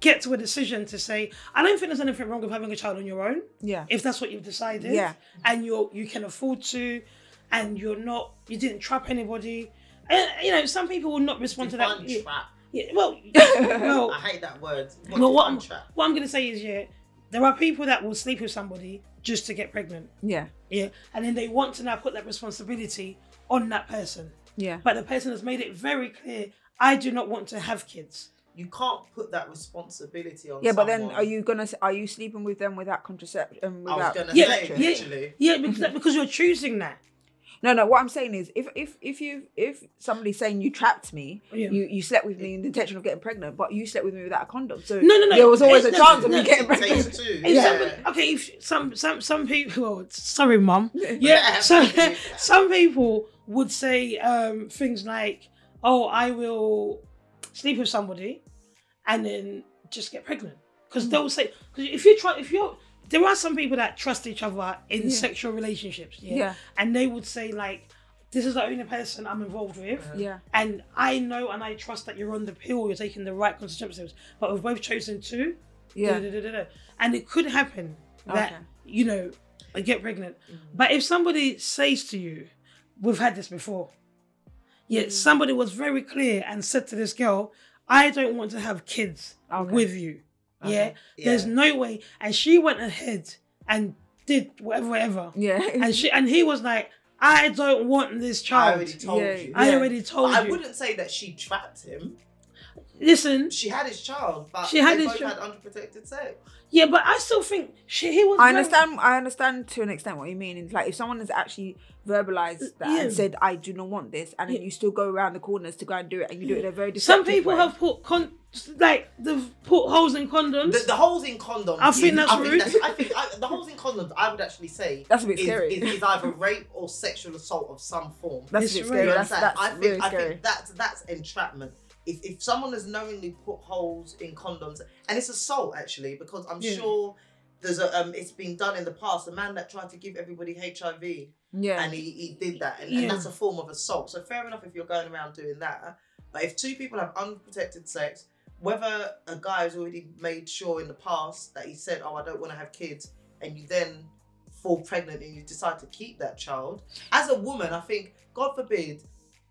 get to a decision to say, I don't think there's anything wrong with having a child on your own, Yeah. if that's what you've decided, Yeah. and you're you can afford to, and you're not you didn't trap anybody. And, you know, some people will not respond to that. Define Mm. trap. Yeah, (laughs) well, well, I hate that word. What Well, what- define trap? what I'm going to say is, yeah, there are people that will sleep with somebody just to get pregnant. Yeah. Yeah. And then they want to now put that responsibility on that person. Yeah. But the person has made it very clear I do not want to have kids. You can't put that responsibility on Yeah, but then someone. are you gonna are you sleeping with them without contraception? I was Without going to Yeah, say, protection? yeah. literally. Yeah, Mm-hmm. because, because you're choosing that. No, no. What I'm saying is, if if if you if somebody's saying you trapped me, Yeah. you, you slept with me in the intention of getting pregnant, but you slept with me without a condom, so No, no, no. there was always a No, chance of no, me getting It takes pregnant. two. If Yeah. somebody- okay, if some some some people. Well, sorry, mum. Yeah. Yeah. (laughs) So some people would say um, things like, "Oh, I will sleep with somebody, and then just get pregnant," because they'll say, "Because if you try, if you're." There are some people that trust each other in Yeah. sexual relationships, yeah? Yeah. and they would say like, "This is the only person I'm involved with, Yeah, and I know and I trust that you're on the pill, you're taking the right contraceptives, but we've both chosen two, yeah, da-da-da-da-da. And it could happen that, Okay. Mm. you know, I get pregnant. But if somebody says to you, we've had this before, yet Mm. somebody was very clear and said to this girl, I don't want to have kids Okay. with you. Yeah? Okay. There's Yeah. no way. And she went ahead and did whatever, whatever. yeah. (laughs) And she and he was like, I don't want this I child. already told Yeah. you. I Yeah. already told I you. wouldn't say that she trapped him. Listen, She had his child, but She had they his both child. had unprotected sex. yeah, but I still think she he was I very- understand. I understand to an extent what you mean. It's like if someone has actually verbalized that Uh, Yeah. and said, "I do not want this," and then Yeah. you still go around the corners to go and do it, and you do it in a very Some deceptive people way. have put con like they've put holes in condoms. The, the holes in condoms. I think is- that's I rude. Think that's, I think I, the holes in condoms. I would actually say That's a bit is, scary. Is, is either rape or sexual assault of some form. That's a bit It's scary. rude. That's, understand? that's I think really I scary. think that's that's entrapment. If if someone has knowingly put holes in condoms, and it's assault actually, because I'm Yeah. sure. There's a, um, it's been done in the past. A man that tried to give everybody HIV yeah. and he, he did that, and, Yeah. and that's a form of assault. So fair enough if you're going around doing that. But if two people have unprotected sex, whether a guy has already made sure in the past that he said, "Oh, I don't want to have kids," and you then fall pregnant and you decide to keep that child, as a woman, I think God forbid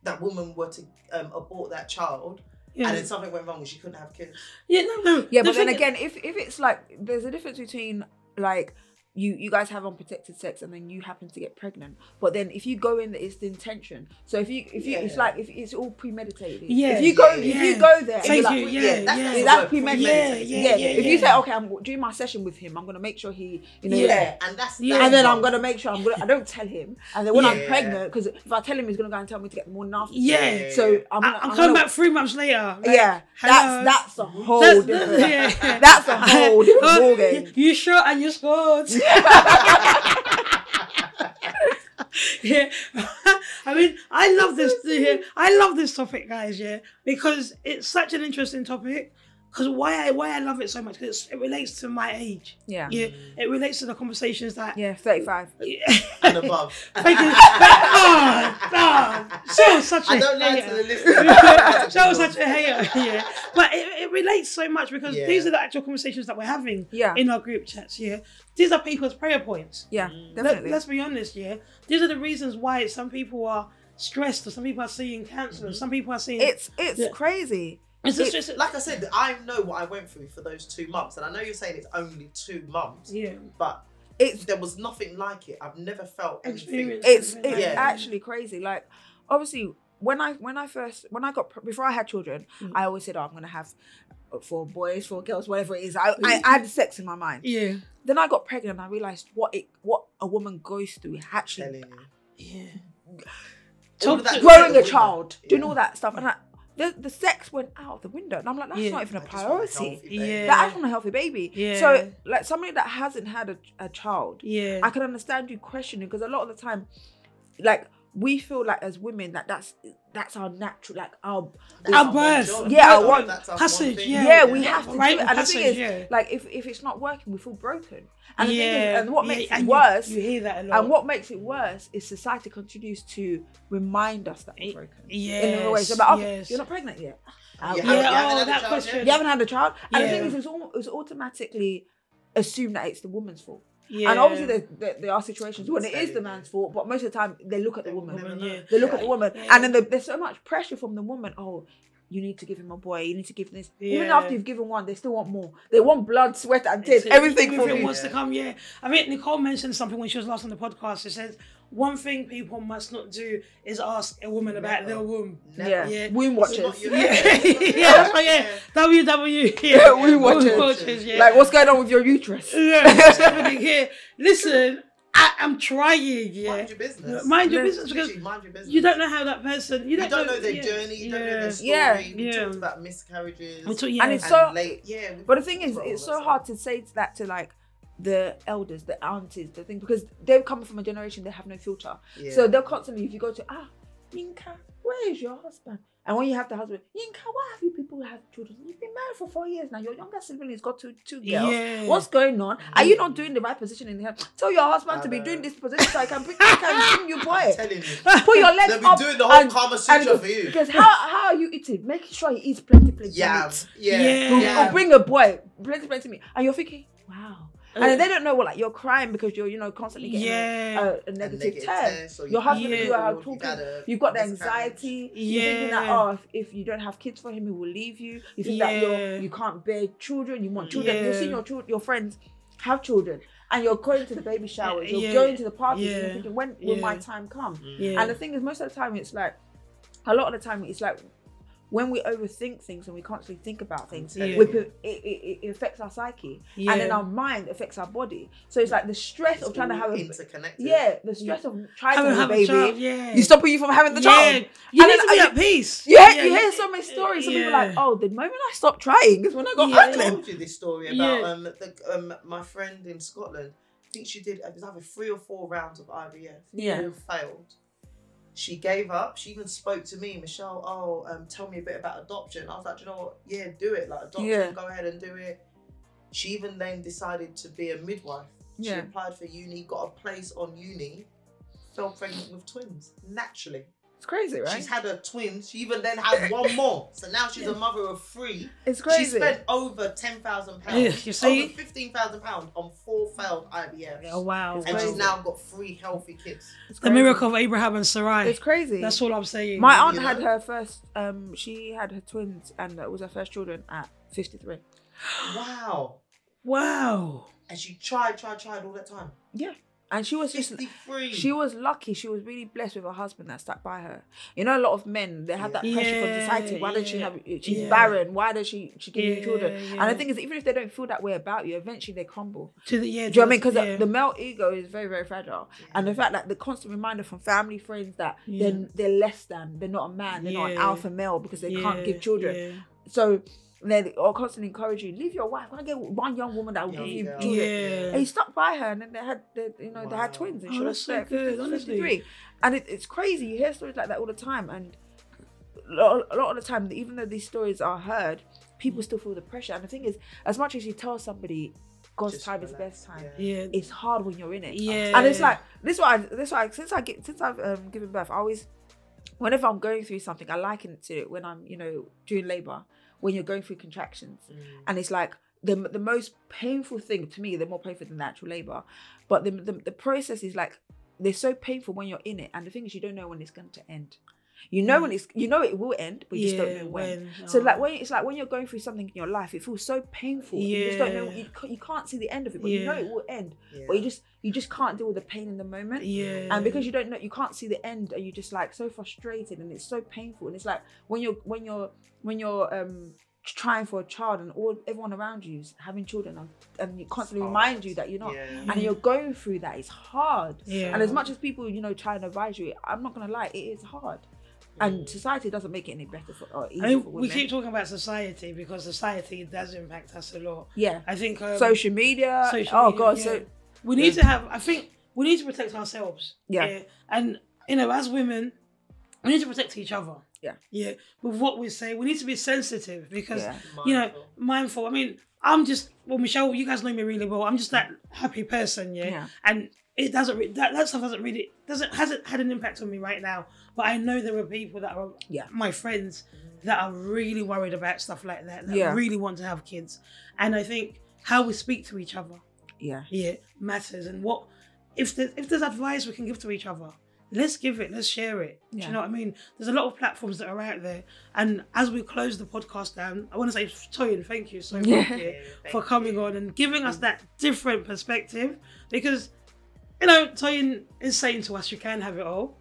that woman were to um, abort that child, yeah. and then something went wrong and she couldn't have kids. yeah, no, no. Yeah, The but then thing- again, if if it's like there's a difference between like you you guys have unprotected sex and then you happen to get pregnant, but then if you go in, it's the intention. So if you if you it's Yeah. like if it's all premeditated. Yeah. if you go Yeah. if you go there, and Thank you're like, you. Yeah, that's, yeah. the That's word, premeditated. Yeah, yeah, yeah, If you yeah. say okay, I'm doing my session with him, I'm gonna make sure he you know. Yeah, Yeah. and that's Yeah. that's And then I'm wrong. gonna make sure I'm gonna. I don't tell him. And then when I'm Yeah. pregnant, because if I tell him, he's gonna go and tell me to get the morning after. yeah, So I'm. I, Gonna, am I'm coming gonna- back three months later. like, Yeah. hello. That's that's a whole That's- different. yeah. (laughs) That's a whole different Oh, ballgame. (laughs) You shot and you scored. (laughs) yeah, (laughs) I mean, I love this. Yeah, I love this topic, guys. Yeah, because it's such an interesting topic. Because why I why I love it so much because it relates to my age. Yeah. Yeah, it relates to the conversations (laughs) that. Yeah, 35. and above. Thank (laughs) you. oh, oh, so such a I don't lie hater. to the listeners. That was such a hater, yeah. But it, it relates so much because Yeah. these are the actual conversations that we're having Yeah. in our group chats, yeah. These are people's prayer points. Yeah, Let, Mm. definitely. us be honest, yeah. These are the reasons why Mm-hmm. some people are stressed or some people are seeing cancer or some people are seeing it's it's Yeah. crazy It's just, It- it's- like I said, I know what I went through for those two months, and I know you're saying it's only two months, yeah. but It's there was nothing like it. I've never felt anything. Experience. it's Yeah. it's Yeah. actually crazy. Like obviously when I when I first when I got pre- before I had children, Mm. I always said, "Oh, I'm gonna have uh, four boys, four girls, whatever it is." I, I, I had sex in my mind. Mm. Yeah. Then I got pregnant and I realized what it what a woman goes through actually Telling you. Yeah. All of that growing a together, child, doing Yeah. all that stuff, and I, the the sex went out of the window. And I'm like, that's Yeah. not even a I just want a priority. healthy baby. Yeah. That I just want a healthy baby. Yeah. So like somebody that hasn't had a, a child, Yeah. I can understand you questioning because a lot of the time, like we feel like as women that that's that's our natural like our That's Our one birth. job. Yeah, That's our one- that's our Passage, thing. yeah. yeah, we have to do Right it. And the passage, thing is, yeah. like if, if it's not working, we feel broken. And the yeah. thing is, and what makes yeah, it and you- worse, You, hear that a lot. and what makes it worse is society continues to remind us that we're broken. Yes. in a way. So, but oh, yes. you're not pregnant yet. You Yeah. haven't- you oh, haven't had a that child question. yet? You haven't had a child, and the Yeah. thing is, it's, all, it's automatically assumed that it's the woman's fault. Yeah. And obviously, there, there, there are situations when it is the Understandably. man's fault, but most of the time they look at the woman. Woman, know. yeah. They look at the woman, Yeah. and then there- there's so much pressure from the woman. Oh, you need to give him a boy. You need to give this. Even Yeah. after you've given one, they still want more. They want blood, sweat, and tears. So Everything from everything you. wants to come. Yeah, I mean Nicole mentioned something when she was last on the podcast. She said one thing people must not do is ask a woman about their (laughs) womb. (laughs) Never. Yeah. Yeah. Womb It's not watchers. you. Yeah, yeah, that's right. Yeah, WW. (laughs) Yeah, Yeah, womb Womb watchers. watchers, yeah. (laughs) Like, what's going on with your (laughs) uterus? yeah, what's happening here? Listen, I am trying. Yeah, Mind your business. Mind your Yeah. business, because Literally, mind your business. you don't know how that person. You You don't, don't, know their yeah, journey. You don't know yeah. their story. Yeah. We Yeah. talked about miscarriages. We talk- yeah. And it's- and So- late. Yeah. we But the thing talked is, about all it's that so stuff. hard to say that to like the elders, the aunties, the thing because they've come from a generation they have no filter. Yeah. So they'll constantly, if you go to ah, Yinka, where is your husband? And when you have the husband, Yinka, why have you people have children? You've been married for four years now. Your younger sibling has got two two girls. Yeah. What's going on? Are you not doing the right position in the house? Tell your husband to be I know. doing this position so I can bring, I (laughs) can bring you I'm boy. telling (laughs) you. Put your legs They'll be up. doing the whole and- Karma and Sutra for you. Because how, how are you eating? Making sure he eats plenty, plenty. of Yeah. meat Yeah. Yeah. or, yeah. or bring a boy, bring bring to me, and you're thinking, wow, and Uh. then they don't know what like you're crying because you're you know constantly getting Yeah. a, a, a A negative negative test. test, or Your husband, Yeah. you are you've talking. had a You've got the miscarriage. anxiety. You're thinking that Yeah. oh, if- if you don't have kids for him, he will leave you. You think that Yeah. you're you can't bear children. You want children. You're Yeah. seeing your children, your friends have children, and you're going to the (laughs) baby showers. You're Yeah. going to the parties. And Yeah. you're thinking when will my Yeah. time come? Yeah. And the thing is, most of the time, it's like a lot of the time, it's like when we overthink things and we constantly think about things, Yeah. we, it, it, it affects our psyche, yeah. and then our mind affects our body. So it's like the stress It's of trying to all have a interconnected. yeah, the stress of trying Having to have a a baby. child, yeah. You stopping you from having the yeah. child. You And need then to be I- at peace. You hear, you hear so many stories. Some people are like, Yeah. oh, the moment I stopped trying is when I got Yeah. I pregnant. told you this story about Yeah. um, the, um my friend in Scotland. I think she did. It was either three or four rounds of IVF. Yeah. all failed. She gave up. She even spoke to me, Michelle. Oh, um, tell me a bit about adoption. I was like, do you know what? Yeah, do it. Like adoption. Yeah. Go ahead and do it. She even then decided to be a midwife. She Yeah. applied for uni, got a place on uni, fell pregnant with twins naturally. It's crazy, right? She's had her twins. She even then had one more. So now she's a mother of three. it's She crazy. spent over ten thousand Yeah, pounds. you see? over fifteen thousand pounds on four failed IVFs, Oh, wow. and she's crazy. now got three healthy kids. It's The crazy. miracle of Abraham and Sarai. It's crazy. That's all I'm saying. My aunt you had know? her first. Um, she had her twins, and it was her first children at fifty-three. Wow! wow. And she tried, tried, tried all that time. Yeah, and she was just. Fifty-three. She was lucky. She was really blessed with a husband that stuck by her. You know, a lot of men they have that pressure Yeah, from society. Why don't she have? She's yeah. barren. Why does she? She give you children. Yeah, And yeah. the thing is, even if they don't feel that way about you, eventually they crumble. To the yeah. Do you know what I mean? to Because the- the, the male ego is very, very fragile, and the fact that the constant reminder from family, friends that Yeah. they're they're less than, they're not a man, they're not an Yeah. alpha male because they can't yeah, give children. yeah. So they are constantly encouraging you, leave your wife. I get one young woman that will give Young you girl. children. Yeah. And he stuck by her, and then they had, they, you know, they Wow. had twins, and she Oh, was that's so good, honestly. fifty-three. And it, it's crazy. You hear stories like that all the time, and a lot, a lot of the time, even though these stories are heard, Mm. people still feel the pressure. And the thing is, as much as you tell somebody, God's Just time is relax, best time. Yeah. Yeah. It's hard when you're in it. Yeah. And it's like this why this why since I get since I've um, given birth, I always whenever I'm going through something, I liken it to when I'm you know during labor when you're going through contractions, Mm, and it's like the the most painful thing to me. They're more painful than the actual labor, but the the, the process is like they're so painful when you're in it, and the thing is you don't know when it's going to end. You know when it's you know it will end, but you just don't Mm. Yeah, know when. when, So like oh. when it's like when you're going through something in your life, it feels so painful. You just don't know. Yeah. You, ca- you can't see the end of it, but you know Yeah. it will end. Yeah. But you just you just can't deal with the pain in the moment. yeah, And because you don't know, you can't see the end, and you're just like so frustrated, and it's so painful. And it's like when you're when you're when you're um trying for a child, and all everyone around you is having children, and, and you constantly remind you that you're not, Yeah. and you're going through that. It's hard. yeah, And as much as people, you know, try and advise you, I'm not gonna lie, it is hard. And society doesn't make it any better for or easier I for mean, we women. keep talking about society because society does impact us a lot. yeah. I think um, social media. social oh media, god, yeah. so we need to have. I think we need to protect ourselves. Yeah. and you know, as women, we need to protect each other. Yeah. yeah. With what we say, we need to be sensitive because Yeah. you know Mindful. mindful. I mean, I'm just well, Michelle. You guys know me really well. I'm just that happy person. Yeah, Yeah. and it doesn't re- that that stuff doesn't really doesn't hasn't had an impact on me right now. But I know there are people that are Yeah. my friends that are really worried about stuff like that. That Yeah. really want to have kids, and I think how we speak to each other yeah. yeah matters and what if there's if there's advice we can give to each other let's give it let's share it do Yeah. you know what i mean there's a lot of platforms that are out there and as we close the podcast down i want to say toyin thank you so much (laughs) Yeah. yeah, Yeah, thank for you. coming on and giving Mm. us that different perspective because you know toyin is saying to us you can have it all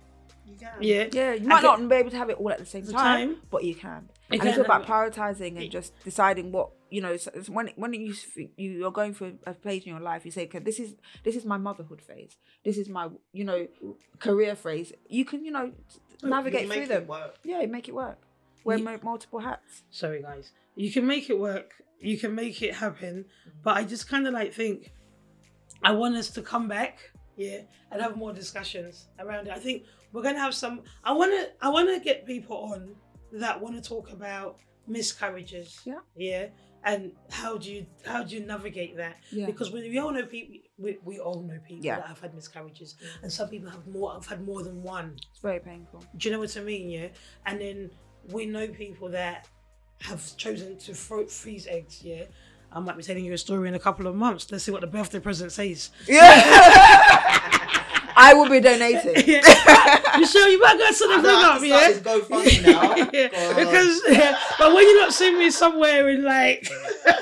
You can. yeah Yeah, you I might think- not be able to have it all at the same The time, time. but you can. You and it's can. all about prioritizing and just deciding what you know. So it's when when you s- you you're going through a phase in your life, you say, "Okay, this is this is my motherhood phase. This is my you know career phase." You can you know You navigate can through make them. it (laughs) work. (laughs) Yeah, you make it work. Wear mo- multiple hats. sorry guys you can make it work you can make it happen Mm-hmm. but i just kind of like think i want us to come back yeah and have more discussions around it i think we're gonna have some i want to i want to get people on that want to talk about miscarriages Yeah. yeah and how do you how do you navigate that Yeah. because we, we all know people we, we all know people Yeah. Mm. that have had miscarriages and some people have more have had more than one It's very painful. do you know what I mean? Yeah. And then we know people that have chosen to fro- freeze eggs. Yeah. I might be telling you a story in a couple of months. Let's see what the birthday present says. (laughs) Yeah. I will be donating. (laughs) Yeah. Michelle, you might go set the I thing know, I have up, to yeah? (laughs) start (laughs) this GoFundMe now. yeah. Oh God. Because, yeah, but when you not see me somewhere in like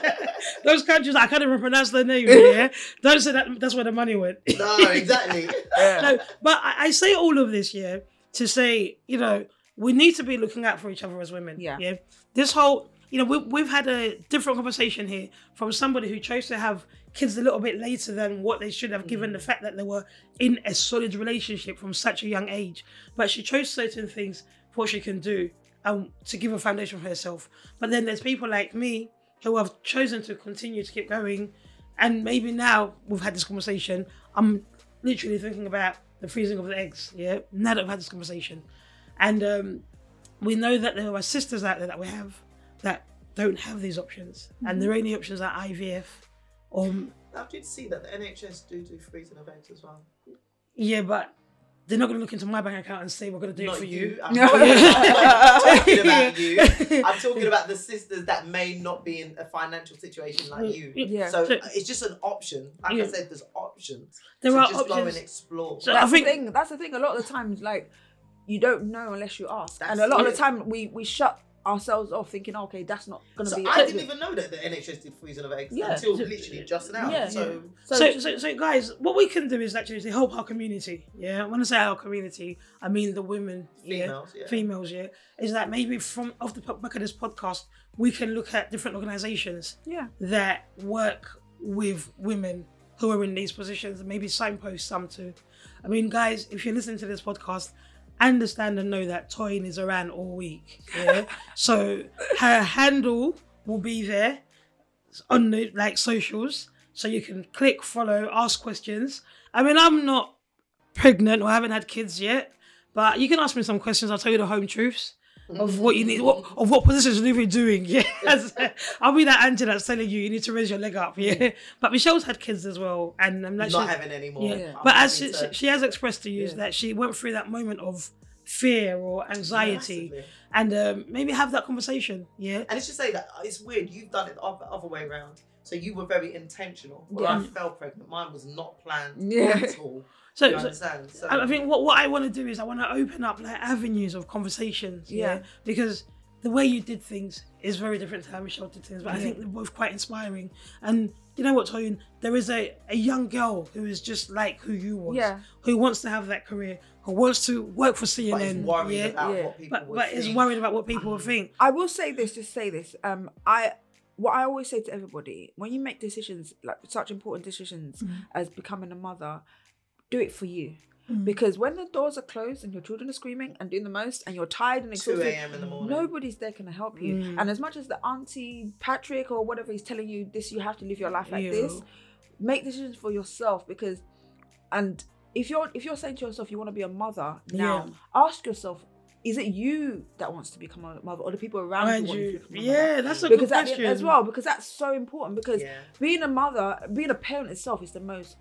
(laughs) those countries, I can't even pronounce their name, yeah? Don't say that, that's where the money went. (laughs) (laughs) No, exactly. no, but I, I say all of this, yeah, to say, you know, we need to be looking out for each other as women. Yeah. Yeah. This whole, you know, we, we've had a different conversation here from somebody who chose to have kids a little bit later than what they should have, given the fact that they were in a solid relationship from such a young age. But she chose certain things for what she can do and to give a foundation for herself. But then there's people like me who have chosen to continue to keep going. And maybe now we've had this conversation, I'm literally thinking about the freezing of the eggs. Yeah, now that we've had this conversation, and um, we know that there are sisters out there that we have that don't have these options, Mm-hmm. and their only options are IVF. Um, I did see that the NHS do do freezing events as well. yeah, but they're not going to look into my bank account and say we're going to do it Not for you. you. I'm, I'm talking about you. I'm talking about the sisters that may not be in a financial situation like you. Yeah. So So- it's just an option. Like Yeah. I said, there's options. There so are just go options. and explore. So- that's I think- the thing. That's the thing. A lot of the times, like you don't know unless you ask, and a That's lot of it. the time we we shut ourselves off, thinking, okay, that's not gonna So be. I didn't even know that the NHS did freezing of eggs Yeah. until literally just now. Yeah. So So, So, so, so, guys, what we can do is actually to help our community. Yeah, when I say our community, I mean the women, yeah? Females, yeah. females. Yeah, is that maybe from off the back of this podcast, we can look at different organisations yeah, that work with women who are in these positions and maybe signpost some to. I mean, guys, if you're listening to this podcast, understand and know that Toyin is around all week. Yeah. so her handle will be there on the like socials. So you can click, follow, ask questions. I mean, I'm not pregnant or haven't had kids yet, but you can ask me some questions. I'll tell you the home truths of what you need, what of what positions you need to be doing. (laughs) Yeah, I'll be that auntie that's telling you you need to raise your leg up. Yeah, but Michelle's had kids as well, and I'm not having any more. yeah. I'm But as happy she, to- she has expressed to you is Yeah. that she went through that moment of fear or anxiety Massively. and um, maybe have that conversation. Yeah. uh, And it's just say that it's weird. You've done it the other, other way around. So you were very intentional. When I fell pregnant, mine was not planned Yeah. at (laughs) all. So, You so understand? So I I think what, what I want to do is I want to open up like avenues of conversations. Yeah. Yeah. Because the way you did things is very different to how Michelle did things, but I think they're both quite inspiring. And you know what, Toyin? There is a, a young girl who is just like who you was, Yeah. who wants to have that career, who wants to work for CNN. but is worried yeah. about yeah. what people Mm. but would but is think. worried about what people will think. I will say this, just say this. Um, I what I always say to everybody when you make decisions like such important decisions as becoming a mother, do it for you. Because when the doors are closed and your children are screaming and doing the most and you're tired 2 and exhausted, a.m. in the morning. nobody's there can help you. Mm. And as much as the auntie Patrick or whatever is telling you this, you have to live your life like Yeah. this. Make decisions for yourself because, and if you're if you're saying to yourself you want to be a mother now, Yeah. ask yourself, is it you that wants to become a mother or the people around Mind you? you, Want you to become a mother? yeah, that's a Because good that, question as well, because that's so important. Because Yeah. being a mother, being a parent itself is the most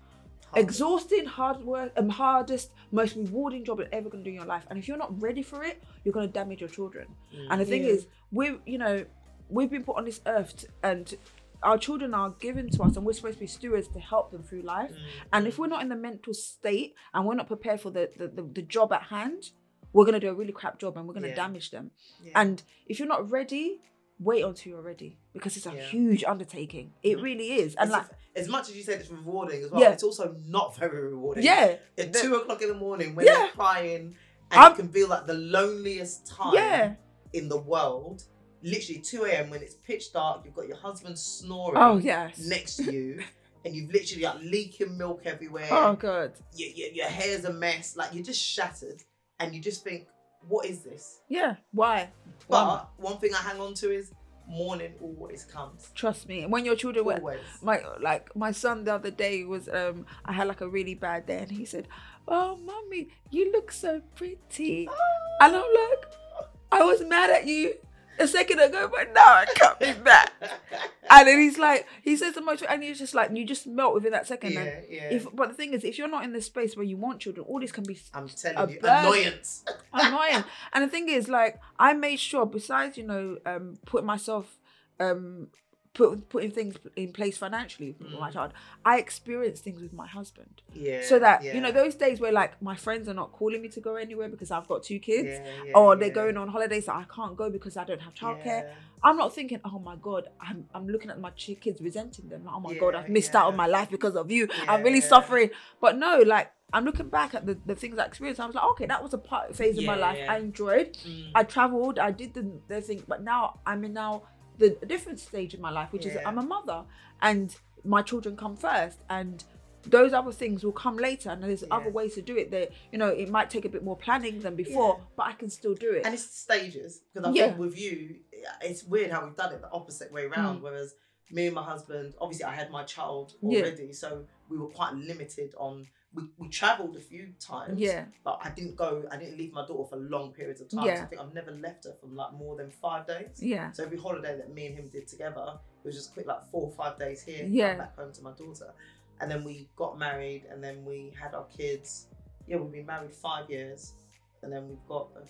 Hard. exhausting, hard work, um, hardest, most rewarding job you're ever gonna do in your life. And if you're not ready for it, you're gonna damage your children. Mm. And the thing Yeah. is, we've you know, we've been put on this earth, t- and our children are given to us, and we're supposed to be stewards to help them through life. Mm. And if we're not in the mental state and we're not prepared for the the, the, the job at hand, we're gonna do a really crap job and we're gonna Yeah. damage them. Yeah. And if you're not ready, wait until you're ready because it's a Yeah. Mm. huge undertaking. It really is. And It's like, a- as much as you said it's rewarding as well, Yeah. it's also not very rewarding. yeah, At the- two o'clock in the morning when Yeah. they're crying and I'm- it can feel like the loneliest time yeah. in the world. Literally 2 a.m. when it's pitch dark, you've got your husband snoring Oh yes. next to (laughs) you, and you've literally got leaking milk everywhere. Oh god. Your, your, your hair's a mess. Like you're just shattered, and you just think, what is this? Yeah. Why? But Why? one thing I hang on to is morning always comes. Trust me. When your children were Always. my like my son the other day was um I had like a really bad day and he said, "Oh, mommy, you look so pretty," and I'm like, "I was mad at you a second ago, but now I (laughs) can't be mad." And then he's like, he says the most, and he's just like, you just melt within that second. And yeah, yeah. If but the thing is, if you're not in the space where you want children, all this can be I'm a telling you, bird- annoyance. (laughs) annoying. And the thing is, like, I made sure besides, you know, um, putting myself, um, put putting things in place financially with my child, I experienced things with my husband, Mm. Yeah. so that yeah, you know those days where like my friends are not calling me to go anywhere because I've got two kids. oh, yeah, yeah, Or they're yeah, going on holiday, so I can't go because I don't have childcare. yeah. I'm not thinking, oh my god, I'm, I'm looking at my ch- kids resenting them. Like, oh my god, Yeah, I've missed out on yeah. my life because of you. I'm really Yeah. suffering. But no, like I'm looking back at the, the things I experienced. I was like, okay, that was a part phase of my life Yeah. I enjoyed. Mm. I traveled, I did the, the thing, but now I'm in now the different stage in my life, which is Yeah. I'm a mother and my children come first and those other things will come later and there's Yeah. other ways to do it that you know it might take a bit more planning than before Yeah. but i can still do it And it's stages because I Yeah. think with you, it's weird how we've done it the opposite way around. Whereas me and my husband, obviously, I had my child Mm. Yeah. already, so we were quite limited on. We, we travelled a few times, yeah but I didn't go. I didn't leave my daughter for long periods of time. So Yeah. I think I've never left her for like more than five days. yeah So every holiday that me and him did together, it was just quick, like four or five days here, come Yeah. back home to my daughter. And then we got married, and then we had our kids. Yeah, we've been married five years, and then we've got a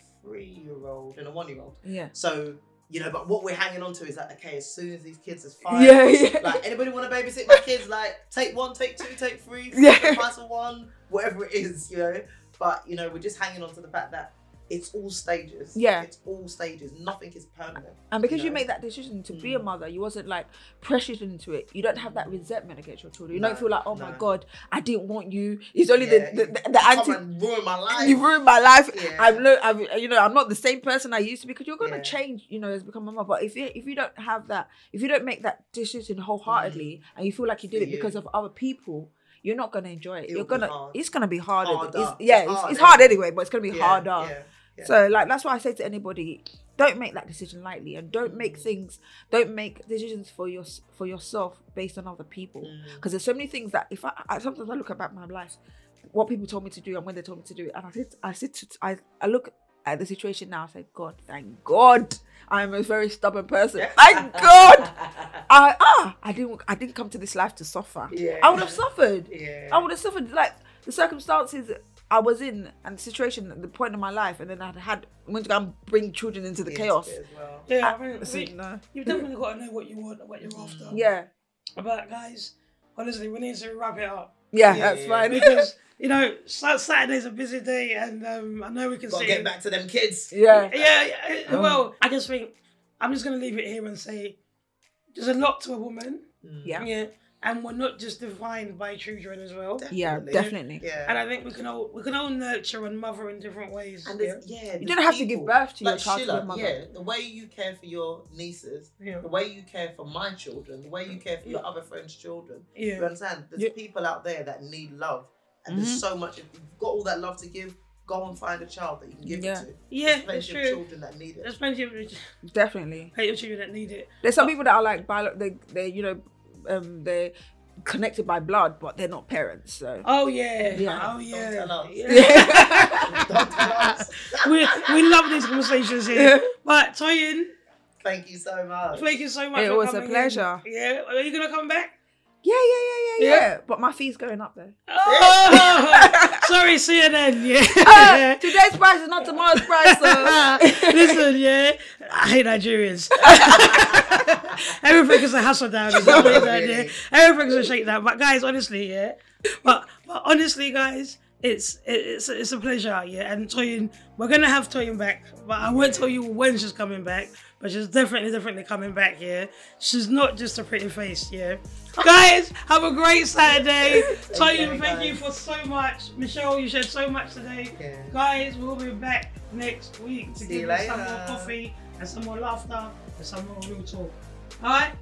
three-year-old and a one-year-old. yeah So you know, but what we're hanging on to is that okay, as soon as these kids is five, yeah yeah like anybody want to babysit my kids? Like take one, take two, take three, (laughs) Yeah. sacrifice for one, whatever it is, you know. But you know, we're just hanging on to the fact that it's all stages. Yeah. it's all stages. Nothing is permanent. And because you, know? made that decision to be a Mm. mother, you wasn't like pressured into it. You don't have that resentment against your children. You No, don't feel like, oh my no. god, I didn't want you. It's only Yeah, the the, the, you the come anti. and ruin my life. You ruined my life. Yeah. I'm, lo- I'm, you know, I'm not the same person I used to because you're gonna Yeah. change, you know, as become a mother. But if you if you don't have that, if you don't make that decision wholeheartedly, and you feel like you did Mm. For it because you. of other people, you're not gonna enjoy it. It'll you're be gonna, hard. it's gonna be harder. Harder. It's- yeah, It's it's, hard, it's hard isn't it? anyway, but it's gonna be Yeah, harder. yeah. Yeah. So like that's why I say to anybody, don't make that decision lightly, and don't make Mm. things, don't make decisions for your for yourself based on other people, Mm. because there's so many things that if I, I sometimes I look at back my life, what people told me to do and when they told me to do it, and I sit I sit to, I I look at the situation now, I say God, thank God, I'm a very stubborn (laughs) person, thank God, I ah I didn't I didn't come to this life to suffer, Yeah. I would have suffered, Yeah. I would have suffered like the circumstances I was in and the situation at the point of my life, and then I'd had went to go and bring children into the Yeah, chaos. as well. Yeah, I mean, So, no. you've definitely got to know what you want and what you're after. Yeah, But guys, honestly, we need to wrap it (laughs) up Yeah, Yeah, that's yeah, fine. because you know Sa- Saturday's a busy day, and um, I know we can Gotta sit get in- back to them kids. yeah. Yeah, yeah, uh, Um, well, I just think I'm just gonna leave it here and say there's a lot to a woman. Mm. Yeah. and we're not just defined by children as well. (laughs) Yeah, definitely. Yeah. And I think we can all we can all nurture and mother in different ways. And yeah. there's, yeah, You there's don't have to give people, birth to your Like child to your Sheila, mother. yeah, the way you care for your nieces, Yeah. the way you care for my children, the way you care for your other friends' children. You yeah. understand? There's Yeah. Mm-hmm. people out there that need love, and there's so much. If you've got all that love to give, go and find a child that you can give Yeah. it to. Yeah, there's that's plenty of true. children that need it. There's plenty of Definitely. plenty of children that need it. There's some people that are like bio- they they you know um they're connected by blood but they're not parents. (laughs) So Oh yeah. Yeah. Oh yeah. tell us. yeah. Don't tell us. (laughs) we we love these conversations here. But Toyin, (laughs) Thank you so much. thank you so much. It for was a coming in. pleasure. Yeah. Are you gonna come (laughs) back? yeah, yeah, yeah, yeah, Yeah. yeah, But my fee's going up though. Oh, (laughs) sorry, CNN. (laughs) Ah, Yeah. today's price is not tomorrow's price. So. (laughs) Listen, yeah, I hate Nigerians. (laughs) Everything is a hassle (laughs) Oh, down. Is that what it is, yeah? Everything's a shake down. But guys, honestly, yeah. But but honestly, guys, it's it, it's it's a pleasure, yeah. And Toyin, we're gonna have Toyin back, but I won't tell you when she's coming back. But she's definitely definitely coming back, yeah. She's not just a pretty face, (laughs) yeah. guys, have a great Saturday. Toyin, you, thank you guys. for so much, Michelle. You shared so much today. Yeah. Guys, we'll be back next week to See give you you some more later. coffee and some more laughter and some more real talk. Alright?